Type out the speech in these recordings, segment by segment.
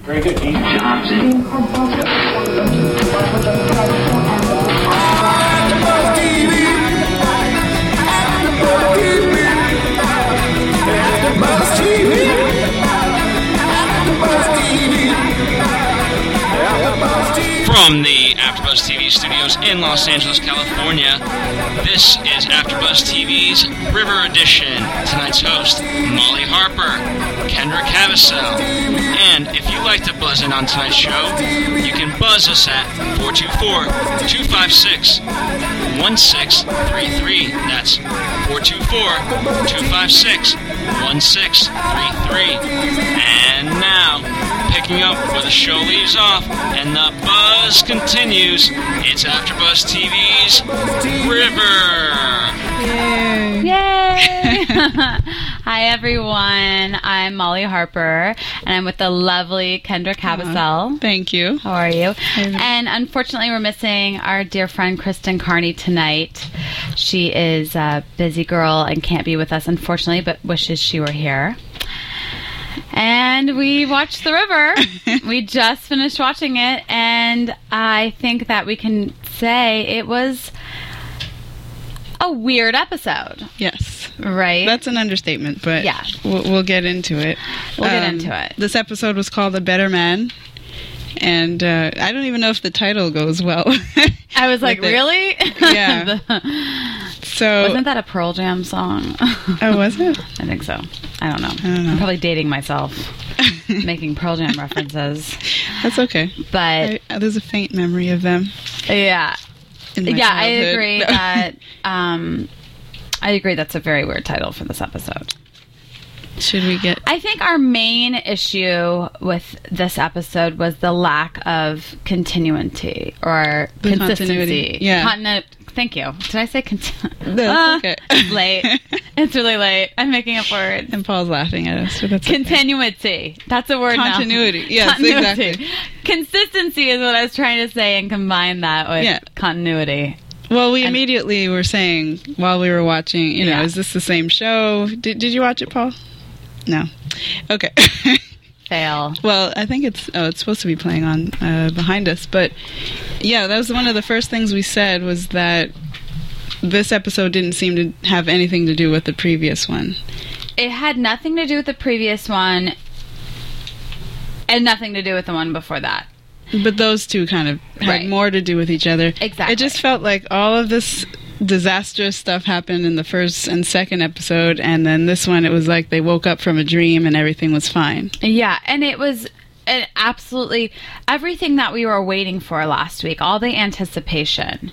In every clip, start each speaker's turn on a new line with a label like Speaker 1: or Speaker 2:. Speaker 1: Very good, Dean.
Speaker 2: From the AfterBuzz TV studios in Los Angeles, California, this is AfterBuzz TV's River Edition. Tonight's host, Molly Harper, Kendra Cavasell, and if you'd like to buzz in on tonight's show, you can buzz us at 424-256-1633. That's 424-256-1633. And now picking up where the show leaves off, and the buzz continues. It's AfterBuzz TV's River.
Speaker 3: Yay! Hi, everyone. I'm Molly Harper, and I'm with the lovely Kendra Cabasel.
Speaker 4: Thank you.
Speaker 3: How are you? And unfortunately, we're missing our dear friend Kristen Carney tonight. She is a busy girl and can't be with us, unfortunately, but wishes she were here. And we watched The River. we just finished watching it, and I think that we can say it was a weird episode,
Speaker 4: Yes.
Speaker 3: right?
Speaker 4: That's an understatement, but
Speaker 3: Yeah.
Speaker 4: we'll, we'll get into it. Um,
Speaker 3: We'll get into it.
Speaker 4: This episode was called "A Better Man," and uh, I don't even know if the title goes well.
Speaker 3: I was like,
Speaker 4: with it.
Speaker 3: really?
Speaker 4: Yeah. So
Speaker 3: Wasn't that a Pearl Jam song?
Speaker 4: oh, was it?
Speaker 3: I think so. I don't know. I
Speaker 4: don't know.
Speaker 3: am probably dating myself, making Pearl Jam references.
Speaker 4: That's okay.
Speaker 3: But
Speaker 4: I, there's a faint memory of them.
Speaker 3: yeah,
Speaker 4: In my
Speaker 3: yeah, I
Speaker 4: childhood.
Speaker 3: agree
Speaker 4: No.
Speaker 3: that. Um, I agree. That's a very weird title for this episode.
Speaker 4: Should we get?
Speaker 3: I think our main issue with this episode was the lack of continuity or
Speaker 4: The
Speaker 3: consistency.
Speaker 4: continuity, yeah.
Speaker 3: Continu- thank you. Did I say continu-
Speaker 4: No,
Speaker 3: Ah,
Speaker 4: it's okay.
Speaker 3: it's late. it's really late. I'm making up words.
Speaker 4: And Paul's laughing at us. But that's okay.
Speaker 3: Continuity. That's a word now.
Speaker 4: Continuity. Yes, exactly.
Speaker 3: Consistency is what I was trying to say and combine that with
Speaker 4: Yeah.
Speaker 3: continuity.
Speaker 4: Well, we immediately were saying while we were watching, you know,
Speaker 3: Yeah.
Speaker 4: is this the same show? Did, did you watch it, Paul? No. Okay.
Speaker 3: Fail.
Speaker 4: well, I think it's oh, it's supposed to be playing on uh, behind us, but yeah, that was one of the first things we said was that this episode didn't seem to have anything to do with the previous one.
Speaker 3: It had nothing to do with the previous one and nothing to do with the one before that.
Speaker 4: But those two kind of had
Speaker 3: Right.
Speaker 4: more to do with each other.
Speaker 3: Exactly.
Speaker 4: It just felt like all of this disastrous stuff happened in the first and second episode, and then this one, it was like they woke up from a dream and everything was fine.
Speaker 3: Yeah, and it was an absolutely everything that we were waiting for last week, all the anticipation.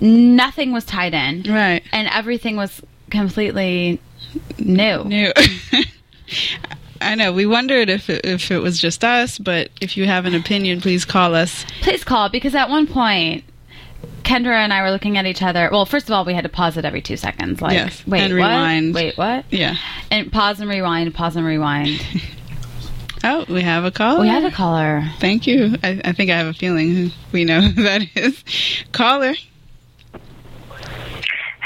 Speaker 3: Nothing was tied in,
Speaker 4: Right.
Speaker 3: and everything was completely new.
Speaker 4: New. I know. We wondered if it, if it was just us, but if you have an opinion, please call us.
Speaker 3: Please call because at one point, Kendra and I were looking at each other. Well, first of all, we had to pause it every two seconds. Like,
Speaker 4: Yes,
Speaker 3: wait,
Speaker 4: and
Speaker 3: what?
Speaker 4: rewind.
Speaker 3: Wait, what?
Speaker 4: Yeah.
Speaker 3: And pause and rewind. Pause and rewind.
Speaker 4: Oh, we have a call.
Speaker 3: we have a caller.
Speaker 4: Thank you. I, I think I have a feeling who we know who that is. Caller.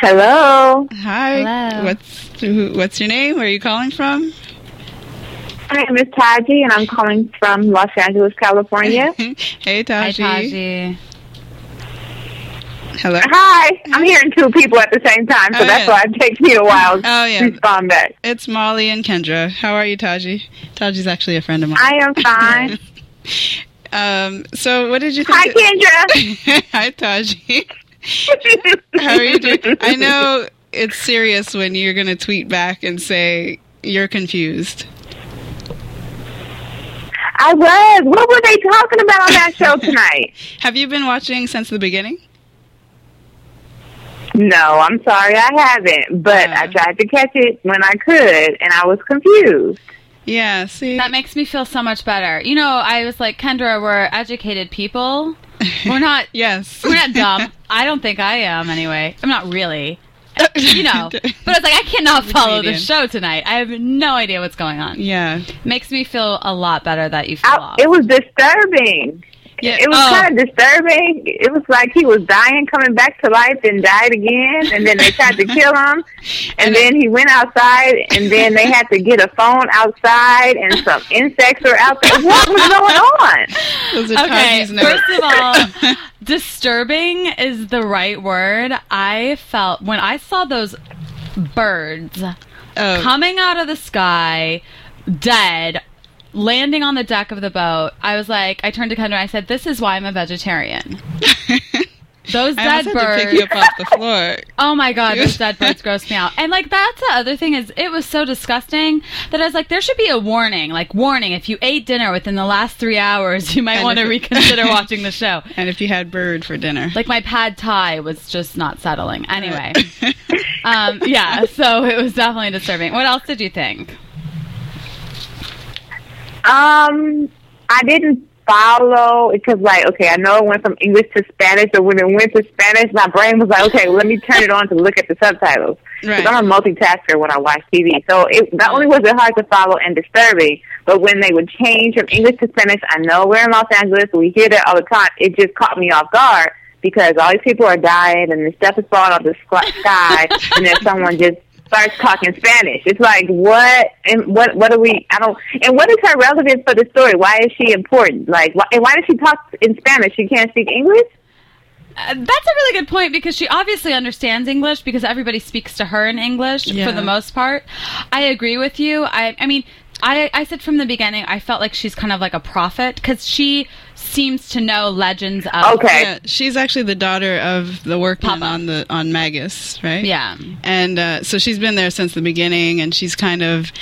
Speaker 5: Hello.
Speaker 4: Hi.
Speaker 3: Hello.
Speaker 4: What's who, what's your name? Where are you calling from?
Speaker 5: My name is Taji, and I'm calling from Los Angeles, California.
Speaker 4: hey,
Speaker 3: Hi,
Speaker 4: Taji.
Speaker 3: Taji.
Speaker 4: Hello.
Speaker 5: Hi. I'm hearing two people at the same time, so
Speaker 4: Oh,
Speaker 5: that's
Speaker 4: yeah.
Speaker 5: why it takes me a while
Speaker 4: Oh, yeah.
Speaker 5: to respond back.
Speaker 4: It's Molly and Kendra. How are you, Taji? Taji's actually a friend of mine.
Speaker 5: I am fine.
Speaker 4: um, so, what did you
Speaker 5: Hi,
Speaker 4: think?
Speaker 5: Kendra.
Speaker 4: Hi, Taji. How are you doing? I know it's serious when you're going to tweet back and say you're confused.
Speaker 5: I was. What were they talking about on that show tonight?
Speaker 4: Have you been watching since the beginning?
Speaker 5: No, I'm sorry, I haven't. But I
Speaker 4: Uh.
Speaker 5: tried to catch it when I could, and I was confused.
Speaker 4: Yeah, see?
Speaker 3: That makes me feel so much better. You know, I was like, Kendra, we're educated people. We're not.
Speaker 4: yes.
Speaker 3: We're not dumb. I don't think I am. Anyway, I'm not really. You know, but I was like, I cannot follow the
Speaker 4: Comedian.
Speaker 3: show tonight. I have no idea what's going on.
Speaker 4: yeah.
Speaker 3: Makes me feel a lot better that you fell
Speaker 5: I,
Speaker 3: off.
Speaker 5: it was disturbing.
Speaker 4: Yeah.
Speaker 5: It was
Speaker 4: oh.
Speaker 5: kind of disturbing. It was like he was dying, coming back to life, and died again. And then they tried to kill him. And then he went outside, and then they had to get a phone outside, and some insects were out there. What was going on?
Speaker 4: Those are
Speaker 3: Okay,
Speaker 4: Taji's notes.
Speaker 3: first of all, disturbing is the right word. I felt when I saw those birds
Speaker 4: Oh,
Speaker 3: coming out of the sky, dead, landing on the deck of the boat, I was like, I turned to Kendra and I said, This is why I'm a vegetarian. Those
Speaker 4: I almost
Speaker 3: dead
Speaker 4: had
Speaker 3: birds.
Speaker 4: to pick you up off the floor.
Speaker 3: Oh my god,
Speaker 4: Dude.
Speaker 3: those dead birds grossed me out. And like that's the other thing is it was so disgusting that I was like, there should be a warning, like warning, if you ate dinner within the last three hours, you might
Speaker 4: And
Speaker 3: want to
Speaker 4: if-
Speaker 3: reconsider watching the show.
Speaker 4: And if you had bird for dinner.
Speaker 3: Like my pad thai was just not settling. Anyway, um, yeah, so it was definitely disturbing. What else did you think?
Speaker 5: Um, I didn't follow because, like, okay, I know it went from English to Spanish, but when it went to Spanish, my brain was like, okay, let me turn it on to look at the subtitles. Because
Speaker 4: Right.
Speaker 5: I'm a multitasker when I watch TV, so it not only was it hard to follow and disturbing, but when they would change from English to Spanish, I know we're in Los Angeles, we hear that all the time. It just caught me off guard because all these people are dying and the stuff is falling off the squ- sky, and then someone just starts talking Spanish. It's like what and what what are we? I don't. And what is her relevance for the story? Why is she important? Like, why, and why does she talk in Spanish? She can't speak English.
Speaker 3: Uh, that's a really good point because she obviously understands English because everybody speaks to her in English
Speaker 4: Yeah.
Speaker 3: for the most part. I agree with you. I, I mean, I, I said from the beginning, I felt like she's kind of like a prophet because she seems to know legends of.
Speaker 5: Okay.
Speaker 4: Yeah, she's actually the daughter of the workman
Speaker 3: Papa.
Speaker 4: on the on Magus, right?
Speaker 3: Yeah.
Speaker 4: and uh, so she's been there since the beginning, and she's kind of,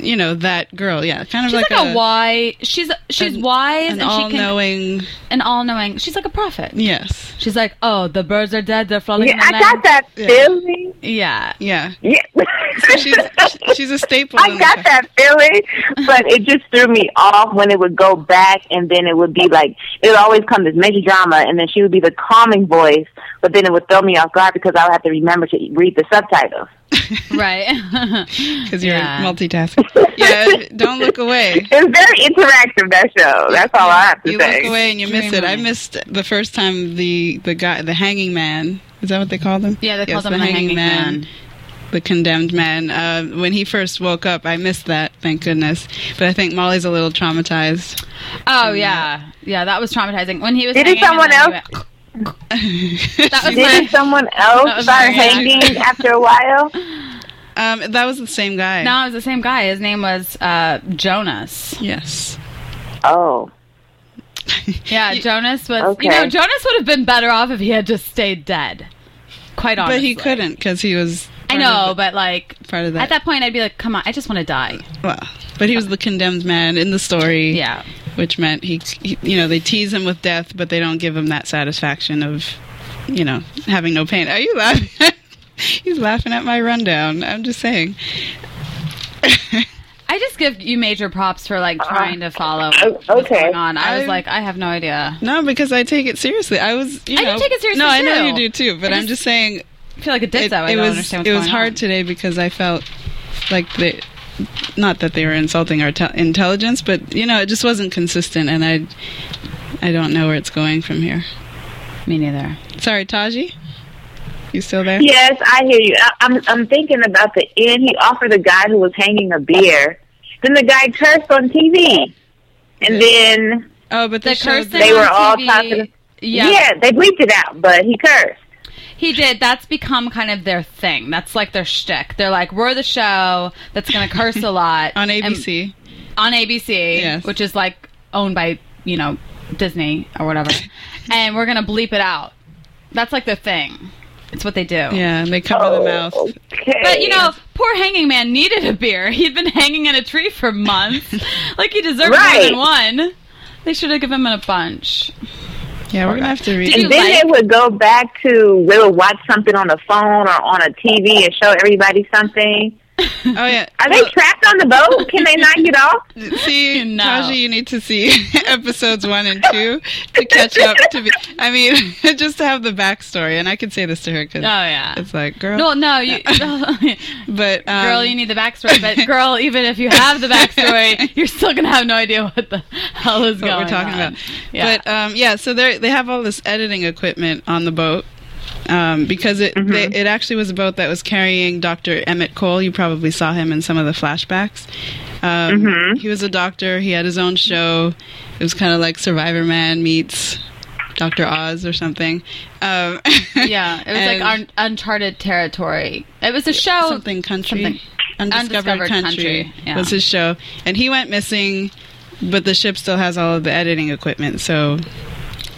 Speaker 4: you know, that girl. Yeah, kind of
Speaker 3: She's like, a,
Speaker 4: a,
Speaker 3: wise. She's she's
Speaker 4: an-
Speaker 3: wise
Speaker 4: an
Speaker 3: and she can
Speaker 4: all-knowing.
Speaker 3: an all knowing. She's like a prophet.
Speaker 4: Yes,
Speaker 3: She's like, oh, the birds are dead. They're falling.
Speaker 5: Yeah,
Speaker 3: in the
Speaker 5: I
Speaker 3: land."
Speaker 5: got that
Speaker 4: Yeah.
Speaker 5: feeling.
Speaker 3: Yeah.
Speaker 4: yeah.
Speaker 5: Yeah.
Speaker 4: She's she's a staple.
Speaker 5: I
Speaker 4: in the
Speaker 5: got that feeling, but it just threw me off when it would go back, and then it would be like it would always come this major drama, and then she would be the calming voice, but then it would throw me off guard because I would have to remember to read the subtitles.
Speaker 3: Right.
Speaker 4: because you're
Speaker 3: Yeah.
Speaker 4: multitasking. Yeah, don't look away.
Speaker 5: It's very interactive that show. That's all I have to
Speaker 4: You
Speaker 5: say.
Speaker 4: look away and you miss it. I
Speaker 3: Dreaming.
Speaker 4: missed the first time the the guy, the hanging man. Is that what they call them?
Speaker 3: Yeah, they call
Speaker 4: Yes,
Speaker 3: them the hanging man.
Speaker 4: The condemned man. Uh, when he first woke up, I missed that. Thank goodness. But I think Molly's a little traumatized.
Speaker 3: Oh yeah, yeah. That was traumatizing when he was.
Speaker 5: Did it
Speaker 3: hanging and
Speaker 5: someone
Speaker 3: then he
Speaker 5: else?
Speaker 3: went-
Speaker 4: that
Speaker 3: was my-
Speaker 5: Didn't someone
Speaker 3: That
Speaker 5: else
Speaker 3: was
Speaker 5: start
Speaker 3: very nice.
Speaker 5: hanging after a while?
Speaker 4: um, that was the same guy.
Speaker 3: No, it was the same guy. His name was uh, Jonas.
Speaker 4: Yes.
Speaker 5: Oh.
Speaker 3: Yeah, Jonas was. You
Speaker 5: Okay.
Speaker 3: know, Jonas would have been better off if he had just stayed dead. Quite honestly,
Speaker 4: But he couldn't because he was.
Speaker 3: I
Speaker 4: part
Speaker 3: know,
Speaker 4: of the-
Speaker 3: but like
Speaker 4: part of that.
Speaker 3: at that point, I'd be like, "Come on, I just want to die."
Speaker 4: well, but he was the condemned man in the story.
Speaker 3: Yeah,
Speaker 4: which meant he, he you know they tease him with death but they don't give him that satisfaction of you know having no pain are you laughing he's laughing at my rundown i'm just saying
Speaker 3: I just give you major props for like trying to follow
Speaker 5: o-
Speaker 3: what's
Speaker 5: okay.
Speaker 3: going on. I
Speaker 4: Uh-huh.
Speaker 3: was
Speaker 4: Oh, I-
Speaker 3: like, I have no idea.
Speaker 4: no because i take it seriously i was you
Speaker 3: I do
Speaker 4: know
Speaker 3: take it seriously,
Speaker 4: no i know
Speaker 3: too.
Speaker 4: you do too but
Speaker 3: I
Speaker 4: i'm
Speaker 3: just-
Speaker 4: just saying
Speaker 3: I feel like a ditzo.
Speaker 4: it,
Speaker 3: I
Speaker 4: it
Speaker 3: don't
Speaker 4: was
Speaker 3: understand what's
Speaker 4: it was
Speaker 3: going
Speaker 4: hard
Speaker 3: on.
Speaker 4: today because i felt like they not that they were insulting our tel intelligence but you know it just wasn't consistent and i i don't know where it's going from here
Speaker 3: Me neither.
Speaker 4: sorry taji you still there
Speaker 5: Yes, I hear you. I, I'm I'm thinking about the end. He offered the guy who was hanging a beer. Then the guy cursed on TV, and then
Speaker 4: oh but
Speaker 3: The
Speaker 4: the show-
Speaker 3: cursing
Speaker 5: They
Speaker 3: on
Speaker 5: were all
Speaker 3: TV,
Speaker 5: talking-
Speaker 3: Yeah,
Speaker 5: yeah, they bleeped it out, but he cursed.
Speaker 3: He did. That's become kind of their thing. That's like their shtick. They're like, we're the show that's going to curse a lot
Speaker 4: on
Speaker 3: And-
Speaker 4: ABC.
Speaker 3: on ABC,
Speaker 4: Yes.
Speaker 3: which is like owned by you know Disney or whatever, and we're going to bleep it out. That's like their thing. It's what they do.
Speaker 4: yeah, and they cover the mouth.
Speaker 5: Oh, Okay.
Speaker 3: But you know, poor hanging man needed a beer. He'd been hanging in a tree for months. like he deserved more than one. They should have given him a bunch.
Speaker 4: Yeah, we're gonna have to read.
Speaker 3: Did you
Speaker 5: And then
Speaker 3: like-
Speaker 5: they would go back to they would watch something on the phone or on a TV and show everybody something.
Speaker 4: Oh yeah.
Speaker 5: Are they trapped on the boat? Can they not get off?
Speaker 4: Well, see,
Speaker 3: No.
Speaker 4: Taji, you need to see episodes one and two to catch up. To be, I mean, just to have the backstory. And I could say this to her because
Speaker 3: Oh yeah.
Speaker 4: it's like, girl.
Speaker 3: No, no, you, Oh,
Speaker 4: but um,
Speaker 3: girl, you need the backstory. But girl, even if you have the backstory, you're still gonna have no idea what the hell is
Speaker 4: what
Speaker 3: going
Speaker 4: we're talking
Speaker 3: on.
Speaker 4: about.
Speaker 3: Yeah.
Speaker 4: But um, yeah, so they they have all this editing equipment on the boat um, because it
Speaker 3: Mm-hmm.
Speaker 4: they, it actually was a boat that was carrying Dr. Emmett Cole. You probably saw him in some of the flashbacks. Um,
Speaker 3: Mm-hmm.
Speaker 4: He was a doctor. He had his own show. It was kind of like Survivor Man meets. Dr. Oz or something. Um,
Speaker 3: yeah, it was like
Speaker 4: and
Speaker 3: un- uncharted territory. It was a show.
Speaker 4: something country,
Speaker 3: Oh, something.
Speaker 4: undiscovered,
Speaker 3: Undiscovered
Speaker 4: country,
Speaker 3: Country, yeah.
Speaker 4: was his show, and he went missing, but the ship still has all of the editing equipment, so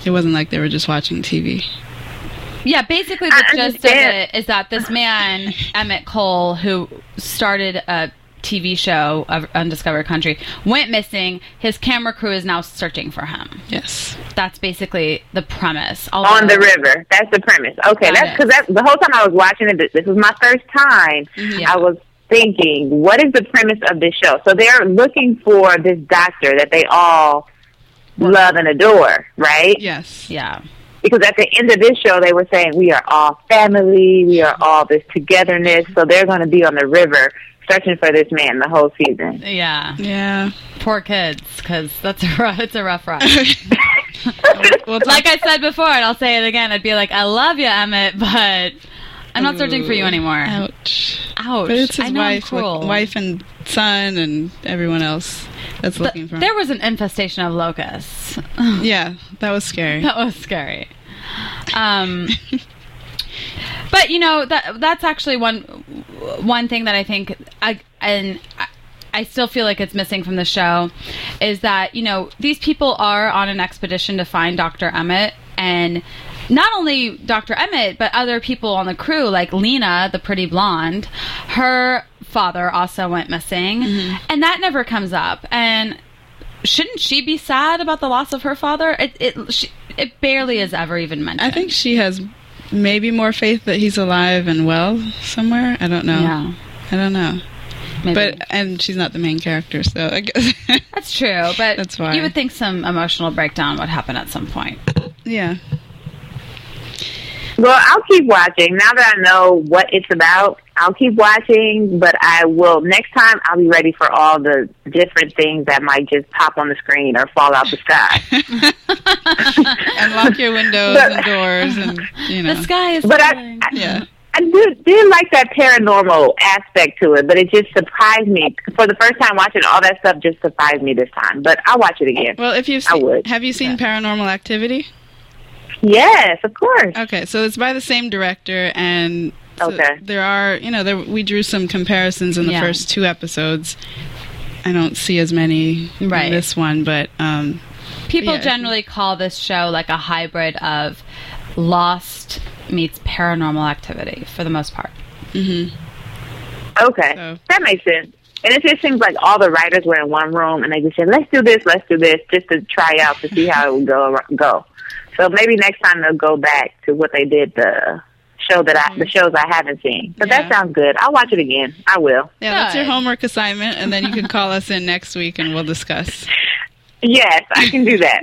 Speaker 4: it wasn't like they were just watching TV.
Speaker 3: Yeah, basically the
Speaker 5: I
Speaker 3: gist of
Speaker 5: understand.
Speaker 3: it is that this man Emmett Cole, who started a TV show of Undiscovered Country, went missing. His camera crew is now searching for him.
Speaker 4: Yes,
Speaker 3: That's basically the premise.
Speaker 5: on the
Speaker 3: Although-
Speaker 5: river. That's the premise. Okay,
Speaker 3: Got
Speaker 5: that's
Speaker 3: it.
Speaker 5: because that, the whole time I was watching it, this was my first time.
Speaker 3: Yeah.
Speaker 5: I was thinking, what is the premise of this show? So they're looking for this doctor that they all love and adore, right?
Speaker 4: yes,
Speaker 3: Yeah.
Speaker 5: Because at the end of this show, they were saying, we are all family, we are all this togetherness. So they're going to be on the river searching for this man the whole season.
Speaker 3: Yeah.
Speaker 4: yeah.
Speaker 3: Poor kids, because that's a rough, it's a rough ride.
Speaker 4: Well,
Speaker 3: like I said before, and I'll say it again, I'd be like, I love you, Emmett, but I'm not searching for you
Speaker 4: Ooh,
Speaker 3: anymore.
Speaker 4: Ouch.
Speaker 3: Ouch.
Speaker 4: But it's his
Speaker 3: I know I'm
Speaker 4: wife,
Speaker 3: cruel.
Speaker 4: look- wife and son, and everyone else that's
Speaker 3: But
Speaker 4: looking for him.
Speaker 3: there was an infestation of locusts.
Speaker 4: yeah, that was scary.
Speaker 3: that was scary. Um, but you know that that's actually one one thing that I think I and I, I still feel like it's missing from the show is that you know these people are on an expedition to find Dr. Emmett and not only Dr. Emmett but other people on the crew like Lena the pretty blonde her father also went missing
Speaker 4: Mm-hmm.
Speaker 3: and that never comes up and shouldn't she be sad about the loss of her father? It it she, it barely is ever even mentioned.
Speaker 4: I think she has maybe more faith that he's alive and well somewhere. I don't know.
Speaker 3: Yeah.
Speaker 4: I don't know.
Speaker 3: maybe.
Speaker 4: But and she's not the main character, so I guess
Speaker 3: that's true. But
Speaker 4: That's why.
Speaker 3: you would think some emotional breakdown would happen at some point.
Speaker 4: yeah.
Speaker 5: Well, I'll keep watching. Now that I know what it's about, I'll keep watching, but I will, next time, I'll be ready for all the different things that might just pop on the screen or fall out the sky.
Speaker 4: And lock your windows
Speaker 5: But-
Speaker 4: and doors and you know.
Speaker 3: The sky is
Speaker 5: But I,
Speaker 3: falling.
Speaker 5: I,
Speaker 4: Yeah.
Speaker 5: I did, did like that paranormal aspect to it, but it just surprised me. For the first time watching all that stuff just surprised me this time, but I'll watch it again.
Speaker 4: Well, if you've
Speaker 5: I
Speaker 4: seen,
Speaker 5: would.
Speaker 4: have you seen Paranormal Activity?
Speaker 5: Yes, of course.
Speaker 4: Okay, so it's by the same director, and so
Speaker 5: Okay.
Speaker 4: there are you know there, we drew some comparisons in the
Speaker 3: Yeah.
Speaker 4: first two episodes. I don't see as many
Speaker 3: Right.
Speaker 4: in this one, but um,
Speaker 3: People
Speaker 4: yeah.
Speaker 3: generally call this show like a hybrid of Lost meets Paranormal Activity for the most part.
Speaker 5: Okay,
Speaker 4: So-
Speaker 5: that makes sense. And it just seems like all the writers were in one room and they just said, "Let's do this, let's do this," just to try out to see how it would go. Go. So maybe next time they'll go back to what they did the show that I the shows I haven't seen. But
Speaker 4: Mm-hmm. Yeah.
Speaker 5: that sounds good. I'll watch it again. I will.
Speaker 4: yeah, that's your
Speaker 3: Good.
Speaker 4: homework assignment, and then you can call us in next week and we'll discuss.
Speaker 5: Yes, I can do that.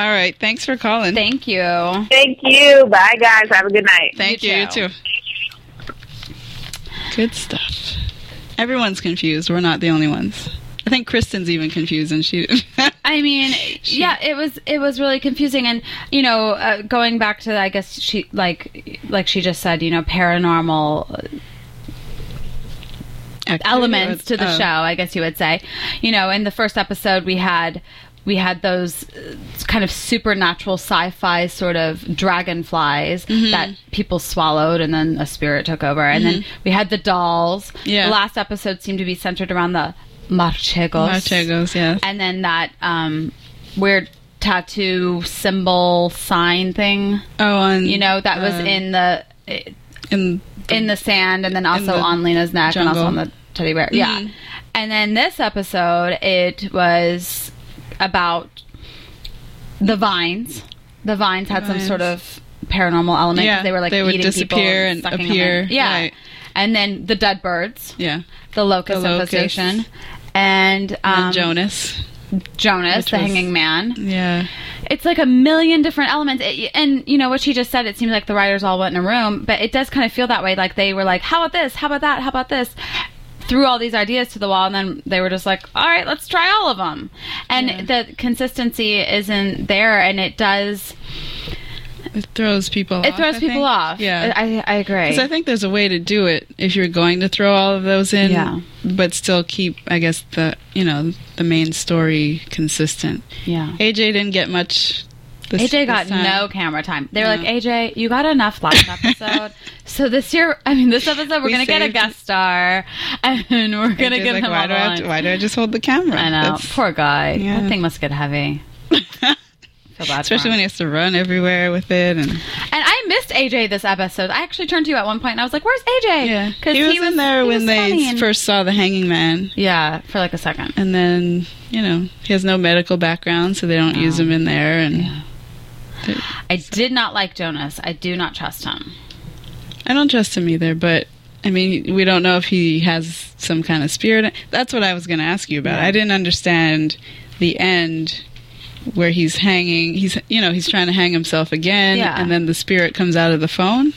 Speaker 4: All right, thanks for calling.
Speaker 3: Thank you.
Speaker 5: Thank you. Bye, guys. Have a good night.
Speaker 4: Thank
Speaker 3: You
Speaker 4: you. You
Speaker 3: too.
Speaker 4: too. Good stuff. Everyone's confused. We're not the only ones. I think Kristen's even confused, and she.
Speaker 3: I mean, yeah, it was it was really confusing, and you know, uh, going back to I guess she like like she just said, you know, paranormal elements to the
Speaker 4: Oh.
Speaker 3: show, I guess you would say. You know, in the first episode, we had we had those uh, kind of supernatural sci-fi sort of dragonflies
Speaker 4: Mm-hmm.
Speaker 3: that people swallowed and then a spirit took over and then we had the dolls
Speaker 4: Mm-hmm. Yeah.
Speaker 3: the last episode seemed to be centered around the marchegos,
Speaker 4: Marchegos, yes.
Speaker 3: and then that um, weird tattoo symbol sign thing
Speaker 4: Oh, and
Speaker 3: you know that was
Speaker 4: um,
Speaker 3: in the
Speaker 4: in
Speaker 3: in the sand and then also
Speaker 4: the
Speaker 3: on Lena's neck
Speaker 4: jungle. Mm-hmm.
Speaker 3: and also on the teddy bear. Yeah. And then this episode, it was about the vines. The vines had some sort of paranormal element. 'cause
Speaker 4: Yeah,
Speaker 3: they were like
Speaker 4: they would
Speaker 3: eating people
Speaker 4: disappear
Speaker 3: and
Speaker 4: and
Speaker 3: sucking them
Speaker 4: appear,
Speaker 3: in. Yeah.
Speaker 4: right.
Speaker 3: and then the Dead Birds,
Speaker 4: Yeah.
Speaker 3: the Locust
Speaker 4: The Locust.
Speaker 3: Infestation, and,
Speaker 4: And
Speaker 3: um,
Speaker 4: Jonas.
Speaker 3: Jonas,
Speaker 4: which
Speaker 3: the
Speaker 4: was-
Speaker 3: Hanging Man.
Speaker 4: Yeah.
Speaker 3: it's like a million different elements it, and you know what she just said it seems like the writers all went in a room but it does kind of feel that way like they were like how about this how about that how about this threw all these ideas to the wall and then they were just like all right let's try all of them and the consistency isn't there and it does
Speaker 4: It throws people off.
Speaker 3: it throws
Speaker 4: I
Speaker 3: people
Speaker 4: think.
Speaker 3: off
Speaker 4: Yeah.
Speaker 3: i, I agree
Speaker 4: 'Cause I think there's a way to do it if you're going to throw all of those in,
Speaker 3: Yeah.
Speaker 4: but still keep, I guess, the you know the main story consistent.
Speaker 3: yeah
Speaker 4: AJ didn't get much. This,
Speaker 3: AJ
Speaker 4: this
Speaker 3: got
Speaker 4: time.
Speaker 3: no camera time. They were
Speaker 4: No.
Speaker 3: like, AJ, you got enough last episode. so this year, I mean, this episode, we're
Speaker 4: We
Speaker 3: going to get a
Speaker 4: saved-
Speaker 3: guest star and we're going to
Speaker 4: AJ's
Speaker 3: get
Speaker 4: like,
Speaker 3: him
Speaker 4: why
Speaker 3: on
Speaker 4: do I
Speaker 3: the
Speaker 4: have
Speaker 3: line."
Speaker 4: to- why do I just hold the camera?
Speaker 3: I know.
Speaker 4: That's-
Speaker 3: Poor guy.
Speaker 4: Yeah.
Speaker 3: That thing must get heavy. Feel bad
Speaker 4: Especially when he has to run everywhere with it, and
Speaker 3: and I missed AJ this episode. I actually turned to you at one point and I was like, "Where's AJ?"
Speaker 4: he was in there
Speaker 3: he
Speaker 4: when
Speaker 3: was
Speaker 4: they
Speaker 3: funny and-
Speaker 4: first saw the Hanging Man,
Speaker 3: Yeah, for like a second.
Speaker 4: and then you know he has no medical background, so they don't use
Speaker 3: Oh.
Speaker 4: him in there, and
Speaker 3: I did not like Jonas. I do not trust him.
Speaker 4: I don't trust him either, but I mean, we don't know if he has some kind of spirit. That's what I was going to ask you about. I didn't understand the end where he's hanging. He's, you know, he's trying to hang himself again,
Speaker 3: Yeah.
Speaker 4: and then the spirit comes out of the phone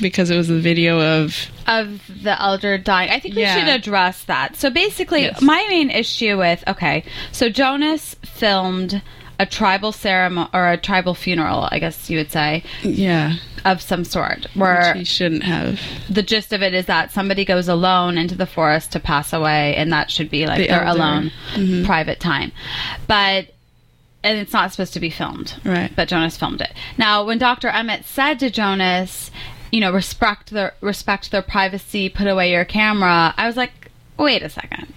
Speaker 4: because it was a video of.
Speaker 3: of the elder dying. I think we
Speaker 4: Yeah.
Speaker 3: should address that. So basically,
Speaker 4: Yes.
Speaker 3: my main issue with okay, so Jonas filmed a tribal ceremony or a tribal funeral, I guess you would say,
Speaker 4: Yeah,
Speaker 3: of some sort, where
Speaker 4: which he shouldn't have.
Speaker 3: the gist of it is that somebody goes alone into the forest to pass away, and that should be like
Speaker 4: The
Speaker 3: their
Speaker 4: elder. Mm-hmm.
Speaker 3: alone private time. But and it's not supposed to be filmed,
Speaker 4: Right.
Speaker 3: But Jonas filmed it. Now, when Dr. Emmett said to Jonas, you know, respect their respect their privacy, put away your camera, I was like, wait a second.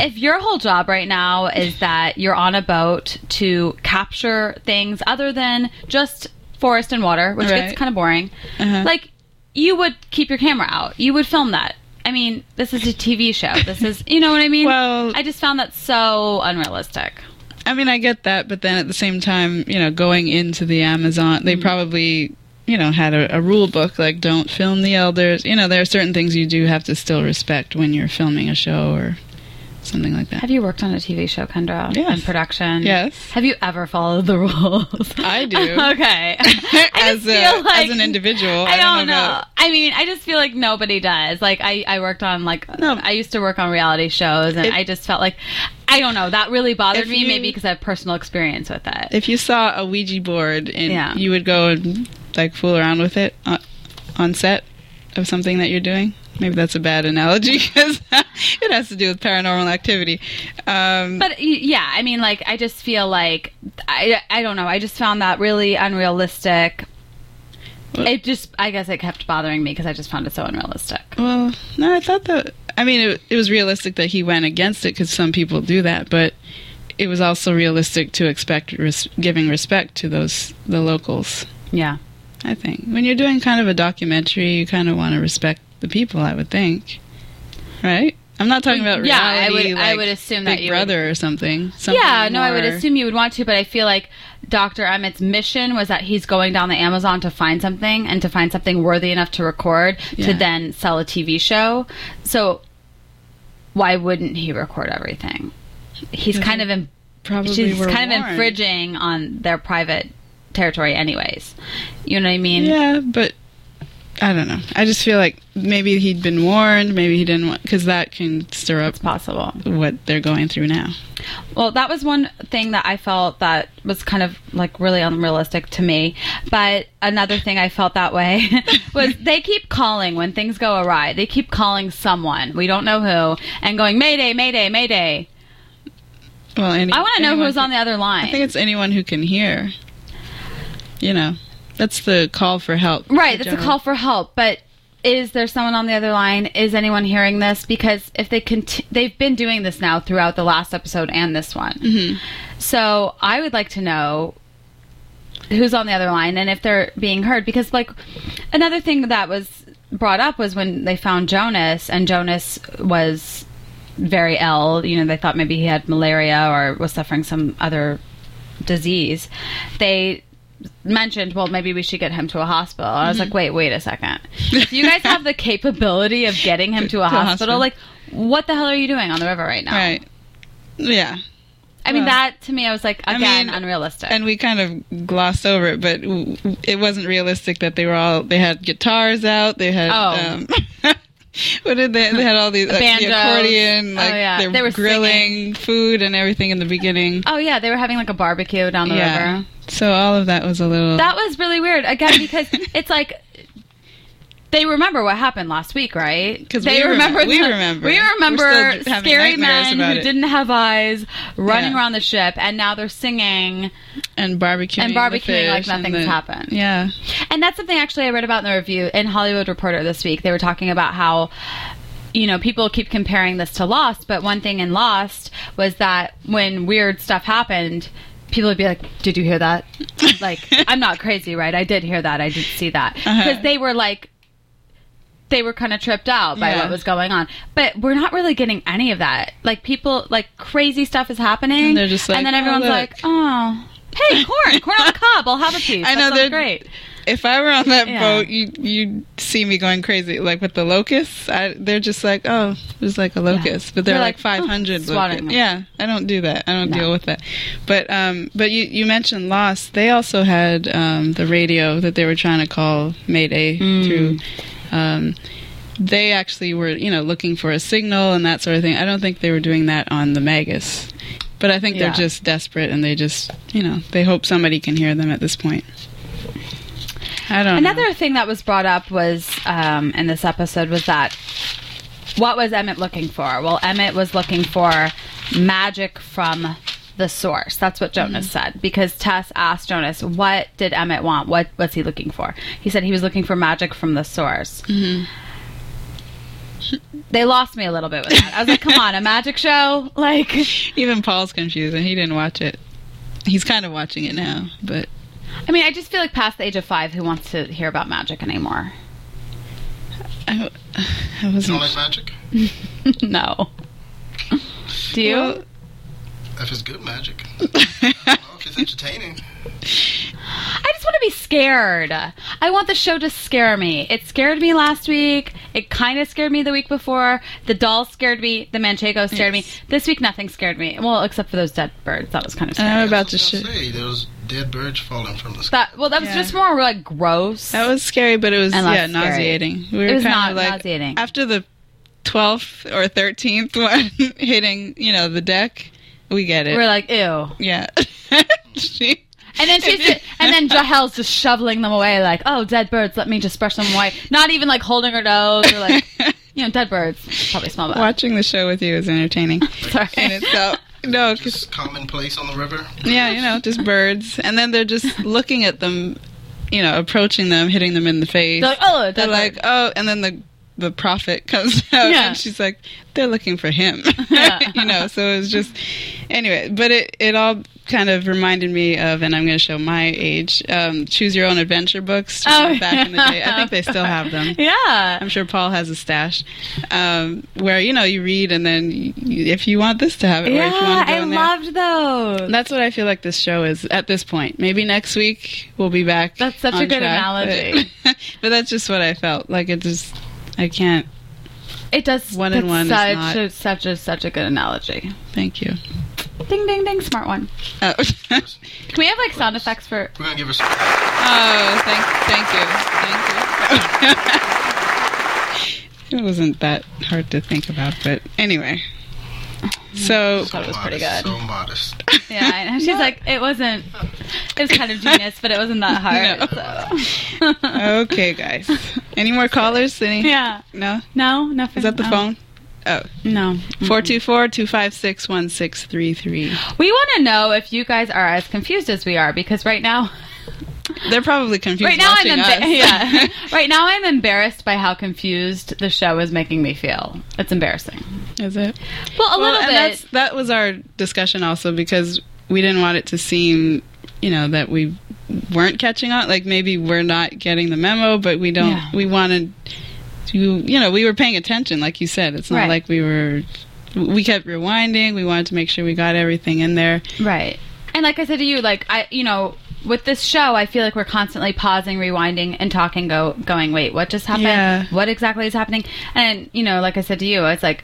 Speaker 3: If your whole job right now is that you're on a boat to capture things other than just forest and water, which
Speaker 4: Right.
Speaker 3: gets kind of boring,
Speaker 4: Uh-huh.
Speaker 3: like you would keep your camera out. You would film that. I mean, this is a TV show. This is, you know what I mean?
Speaker 4: Well-
Speaker 3: I just found that so unrealistic.
Speaker 4: I mean, I get that, but then at the same time, you know, going into the Amazon,
Speaker 3: Mm.
Speaker 4: they probably, you know, had a, a rule book like don't film the elders. You know, there are certain things you do have to still respect when you're filming a show or something like that.
Speaker 3: Have you worked on a TV show, Kendra?
Speaker 4: Yes.
Speaker 3: In production?
Speaker 4: Yes.
Speaker 3: Have you ever followed the rules?
Speaker 4: I do.
Speaker 3: okay. I
Speaker 4: As
Speaker 3: just
Speaker 4: a-
Speaker 3: feel like-
Speaker 4: as an individual,
Speaker 3: I,
Speaker 4: I
Speaker 3: don't,
Speaker 4: don't
Speaker 3: know.
Speaker 4: know about-
Speaker 3: I mean, I just feel like nobody does. Like, I, I worked on, like,
Speaker 4: No.
Speaker 3: I used to work on reality shows, and
Speaker 4: If-
Speaker 3: I just felt like, I don't know, that really bothered
Speaker 4: If
Speaker 3: me,
Speaker 4: you-
Speaker 3: maybe because I have personal experience with it.
Speaker 4: If you saw a Ouija board and
Speaker 3: Yeah.
Speaker 4: you would go and like fool around with it on, on set of something that you're doing. Maybe that's a bad analogy because it has to do with paranormal activity. Um,
Speaker 3: But y- yeah, I mean, like, I just feel like I, I don't know. I just found that really unrealistic. It just, I guess, it kept bothering me because I just found it so unrealistic.
Speaker 4: Well, no, I thought that. I mean, it, it was realistic that he went against it because some people do that, but it was also realistic to expect res- giving respect to those the locals.
Speaker 3: Yeah,
Speaker 4: I think when you're doing kind of a documentary, you kind of want to respect the people. I would think, right? I'm not talking about reality.
Speaker 3: Yeah, I would- I
Speaker 4: like
Speaker 3: would assume
Speaker 4: Big
Speaker 3: that you would-
Speaker 4: Brother or something. Something
Speaker 3: yeah. No, I would
Speaker 4: more-
Speaker 3: assume you would want to, but I feel like Dr. Emmett's mission was that he's going down the Amazon to find something and to find something worthy enough to record to
Speaker 4: Yeah.
Speaker 3: then sell a TV show. So why wouldn't he record everything?
Speaker 4: Mm-hmm.
Speaker 3: He's kind of in
Speaker 4: probably
Speaker 3: she's
Speaker 4: were
Speaker 3: kind of
Speaker 4: warned.
Speaker 3: infringing on their private territory anyways you know what i mean
Speaker 4: Yeah, but I don't know. I just feel like maybe he'd been warned. Maybe he didn't want because that can stir up
Speaker 3: it's possible
Speaker 4: what they're going through now.
Speaker 3: well that was one thing that i felt that was kind of like really unrealistic to me but another thing i felt that way was they keep calling when things go awry they keep calling someone we don't know who and going mayday mayday mayday
Speaker 4: Well, any,
Speaker 3: i want to know
Speaker 4: anyone
Speaker 3: who's
Speaker 4: can-
Speaker 3: on the other line
Speaker 4: I think it's anyone who can hear. You know, that's the call for help.
Speaker 3: Right, that's a call for help. But is there someone on the other line? Is anyone hearing this? Because if they conti- they've been doing this now throughout the last episode and this one. So I would like to know who's on the other line and if they're being heard. Because like another thing that was brought up was when they found Jonas and Jonas was very ill. You know, they thought maybe he had malaria or was suffering some other disease. They mentioned, well, maybe we should get him to a hospital. And I
Speaker 4: Mm-hmm.
Speaker 3: was like, wait, wait a second. If you guys have the capability of getting him to a, hospital,
Speaker 4: hospital.
Speaker 3: like, what the hell are you doing on the river right now?
Speaker 4: Right. Yeah.
Speaker 3: I mean,
Speaker 4: Well,
Speaker 3: that to me, I was like, again,
Speaker 4: mean,
Speaker 3: unrealistic.
Speaker 4: And we kind of glossed over it, but w- it wasn't realistic that they were all they had guitars out, they had
Speaker 3: Oh.
Speaker 4: um, what did they they had all these like, the
Speaker 3: Banjos.
Speaker 4: accordion, like
Speaker 3: Oh, yeah.
Speaker 4: they
Speaker 3: They
Speaker 4: were
Speaker 3: were
Speaker 4: grilling food and everything in the beginning.
Speaker 3: oh, yeah, they were having like a barbecue down the
Speaker 4: yeah.
Speaker 3: river.
Speaker 4: So all of that was a little
Speaker 3: That was really weird. Again, because it's like they remember what happened last week, right?
Speaker 4: 'Cause
Speaker 3: they
Speaker 4: we remem- we
Speaker 3: the-
Speaker 4: remember.
Speaker 3: We
Speaker 4: We're
Speaker 3: remember
Speaker 4: still having
Speaker 3: scary
Speaker 4: nightmares
Speaker 3: men
Speaker 4: about
Speaker 3: who
Speaker 4: it.
Speaker 3: didn't have eyes running
Speaker 4: Yeah.
Speaker 3: around the ship, and now they're singing.
Speaker 4: and barbecuing
Speaker 3: and
Speaker 4: the
Speaker 3: barbecuing like
Speaker 4: fish and
Speaker 3: nothing's
Speaker 4: the-
Speaker 3: happened.
Speaker 4: Yeah.
Speaker 3: And that's something actually I read about in the review in Hollywood Reporter this week. They were talking about how you know people keep comparing this to Lost, but one thing in Lost was that when weird stuff happened. People would be like, "Did you hear that?" Like, I'm not crazy, right? I did hear that. I did see that because
Speaker 4: Uh-huh.
Speaker 3: they were like, they were kind of tripped out by
Speaker 4: Yeah.
Speaker 3: what was going on. But we're not really getting any of that. Like, people, like crazy stuff is happening,
Speaker 4: And they're just like,
Speaker 3: and then
Speaker 4: "Oh,
Speaker 3: everyone's
Speaker 4: look."
Speaker 3: like, "Oh, hey, corn, corn on the cob. I'll have a piece."
Speaker 4: I know
Speaker 3: that sounds
Speaker 4: they're
Speaker 3: great.
Speaker 4: If I were on that
Speaker 3: Yeah.
Speaker 4: boat, you you'd see me going crazy, like with the locusts. I, they're just like, oh, there's like a locust, but they're
Speaker 3: You're
Speaker 4: like,
Speaker 3: like, oh,
Speaker 4: 500
Speaker 3: swatting
Speaker 4: locusts.
Speaker 3: them.
Speaker 4: Yeah, I don't do that. I don't
Speaker 3: No.
Speaker 4: deal with that. But um, but you you mentioned Lost. They also had um, the radio that they were trying to call Mayday
Speaker 3: Mm.
Speaker 4: through. Um, they actually were, you know, looking for a signal and that sort of thing. I don't think they were doing that on the Magus, but I think
Speaker 3: Yeah.
Speaker 4: they're just desperate and they just, you know, they hope somebody can hear them at this point. I don't. know.
Speaker 3: Another thing that was brought up was um, in this episode was that what was Emmett looking for? Well, Emmett was looking for magic from the source. That's what Jonas said because Tess asked Jonas, "What did Emmett want? What was he looking for?" He said he was looking for magic from the source.
Speaker 4: Mm. Mm-hmm.
Speaker 3: They lost me a little bit with that. I was like, "Come on, a magic show!" Like,
Speaker 4: Even Paul's confused, and he didn't watch it. He's kind of watching it now, but
Speaker 3: I mean, I just feel like past the age of five, who wants to hear about magic anymore?
Speaker 4: I, I
Speaker 1: You don't
Speaker 4: wasn't.
Speaker 1: like magic?
Speaker 3: no. Do you?
Speaker 4: Well,
Speaker 1: If it's good magic. Well, if it's entertaining.
Speaker 3: I just want to be scared. I want the show to scare me. It scared me last week. It kind of scared me the week before. The doll scared me. The Manchego scared
Speaker 4: Yes.
Speaker 3: me. This week, nothing scared me. Well, except for those dead birds. That was kind of
Speaker 4: And
Speaker 3: scary.
Speaker 4: I'm about to
Speaker 1: That's
Speaker 4: shit.
Speaker 1: what I was gonna say. There was dead birds falling from the sky.
Speaker 3: that, well, that was
Speaker 4: Yeah.
Speaker 3: just more like gross.
Speaker 4: That was scary, but it was
Speaker 3: And
Speaker 4: yeah
Speaker 3: that's scary.
Speaker 4: nauseating. We were
Speaker 3: was
Speaker 4: kinda
Speaker 3: not nauseating.
Speaker 4: After the twelfth or thirteenth one hitting, you know, the deck, we get it.
Speaker 3: We're like, ew.
Speaker 4: yeah. She-
Speaker 3: And then she's and then Jahel's just shoveling them away, like, oh, dead birds. Let me just brush them away. Not even like holding her nose or like, you know, dead birds probably smell bad.
Speaker 4: watching the show with you is entertaining
Speaker 3: Sorry.
Speaker 4: in itself. No, 'cause-
Speaker 1: Just commonplace on the river.
Speaker 4: yeah, you know, just birds, and then they're just looking at them, you know, approaching them, hitting them in the face.
Speaker 3: They're like, oh, dead
Speaker 4: they're
Speaker 3: bird.
Speaker 4: like, oh, and then the the prophet comes out,
Speaker 3: Yeah.
Speaker 4: and she's like, they're looking for him,
Speaker 3: Yeah.
Speaker 4: you know. So it was just anyway, but it it all kind of reminded me of, and I'm going to show my age, um, choose your own adventure books from
Speaker 3: Oh,
Speaker 4: back in the day. I
Speaker 3: yeah,
Speaker 4: think they
Speaker 3: of
Speaker 4: still have them.
Speaker 3: yeah.
Speaker 4: I'm sure Paul has a stash um, where you know you read, and then y if you want this to have it, or if you
Speaker 3: Yeah,
Speaker 4: want to go
Speaker 3: I
Speaker 4: in there.
Speaker 3: loved those.
Speaker 4: That's what I feel like this show is at this point. Maybe next week we'll be back.
Speaker 3: That's such a
Speaker 4: on
Speaker 3: good
Speaker 4: track,
Speaker 3: analogy.
Speaker 4: But, but that's just what I felt. Like it just, I can't.
Speaker 3: It does.
Speaker 4: One and
Speaker 3: that's
Speaker 4: one is not-
Speaker 3: Such a such a such a good analogy.
Speaker 4: Thank you.
Speaker 3: Ding ding ding. Smart one.
Speaker 4: Oh, oh thank,
Speaker 3: Can we have like sound effects for?
Speaker 1: We're gonna give her some.
Speaker 4: thank you. Thank you. it wasn't that hard to think about, but anyway. So
Speaker 3: Thought it was pretty
Speaker 1: modest,
Speaker 3: good.
Speaker 1: So modest.
Speaker 3: Yeah, I know. she's like it wasn't. It was kind of genius, but it wasn't that hard. so.
Speaker 4: okay, guys. Any more callers? Any?
Speaker 3: yeah.
Speaker 4: No.
Speaker 3: No. Nothing.
Speaker 4: Is that the
Speaker 3: Oh,
Speaker 4: phone? Oh.
Speaker 3: No.
Speaker 4: 424-256-1633.
Speaker 3: We want to know if you guys are as confused as we are because right now,
Speaker 4: They're probably confused.
Speaker 3: right now I'm
Speaker 4: watching us.
Speaker 3: emba- yeah. Right now I'm embarrassed by how confused the show is making me feel. It's embarrassing.
Speaker 4: Is it?
Speaker 3: Well, a
Speaker 4: Well,
Speaker 3: little
Speaker 4: and
Speaker 3: bit.
Speaker 4: That's, that was our discussion also because we didn't want it to seem, you know, that we weren't catching on. Like maybe we're not getting the memo, but we don't.
Speaker 3: Yeah.
Speaker 4: We wanted to, you know, we were paying attention. Like you said, it's not
Speaker 3: Right.
Speaker 4: like we were. We kept rewinding. We wanted to make sure we got everything in there.
Speaker 3: Right. And like I said to you, like I, you know, with this show, I feel like we're constantly pausing, rewinding, and talking. Go going. Wait, what just happened?
Speaker 4: Yeah.
Speaker 3: What exactly is happening? And you know, like I said to you, it's like.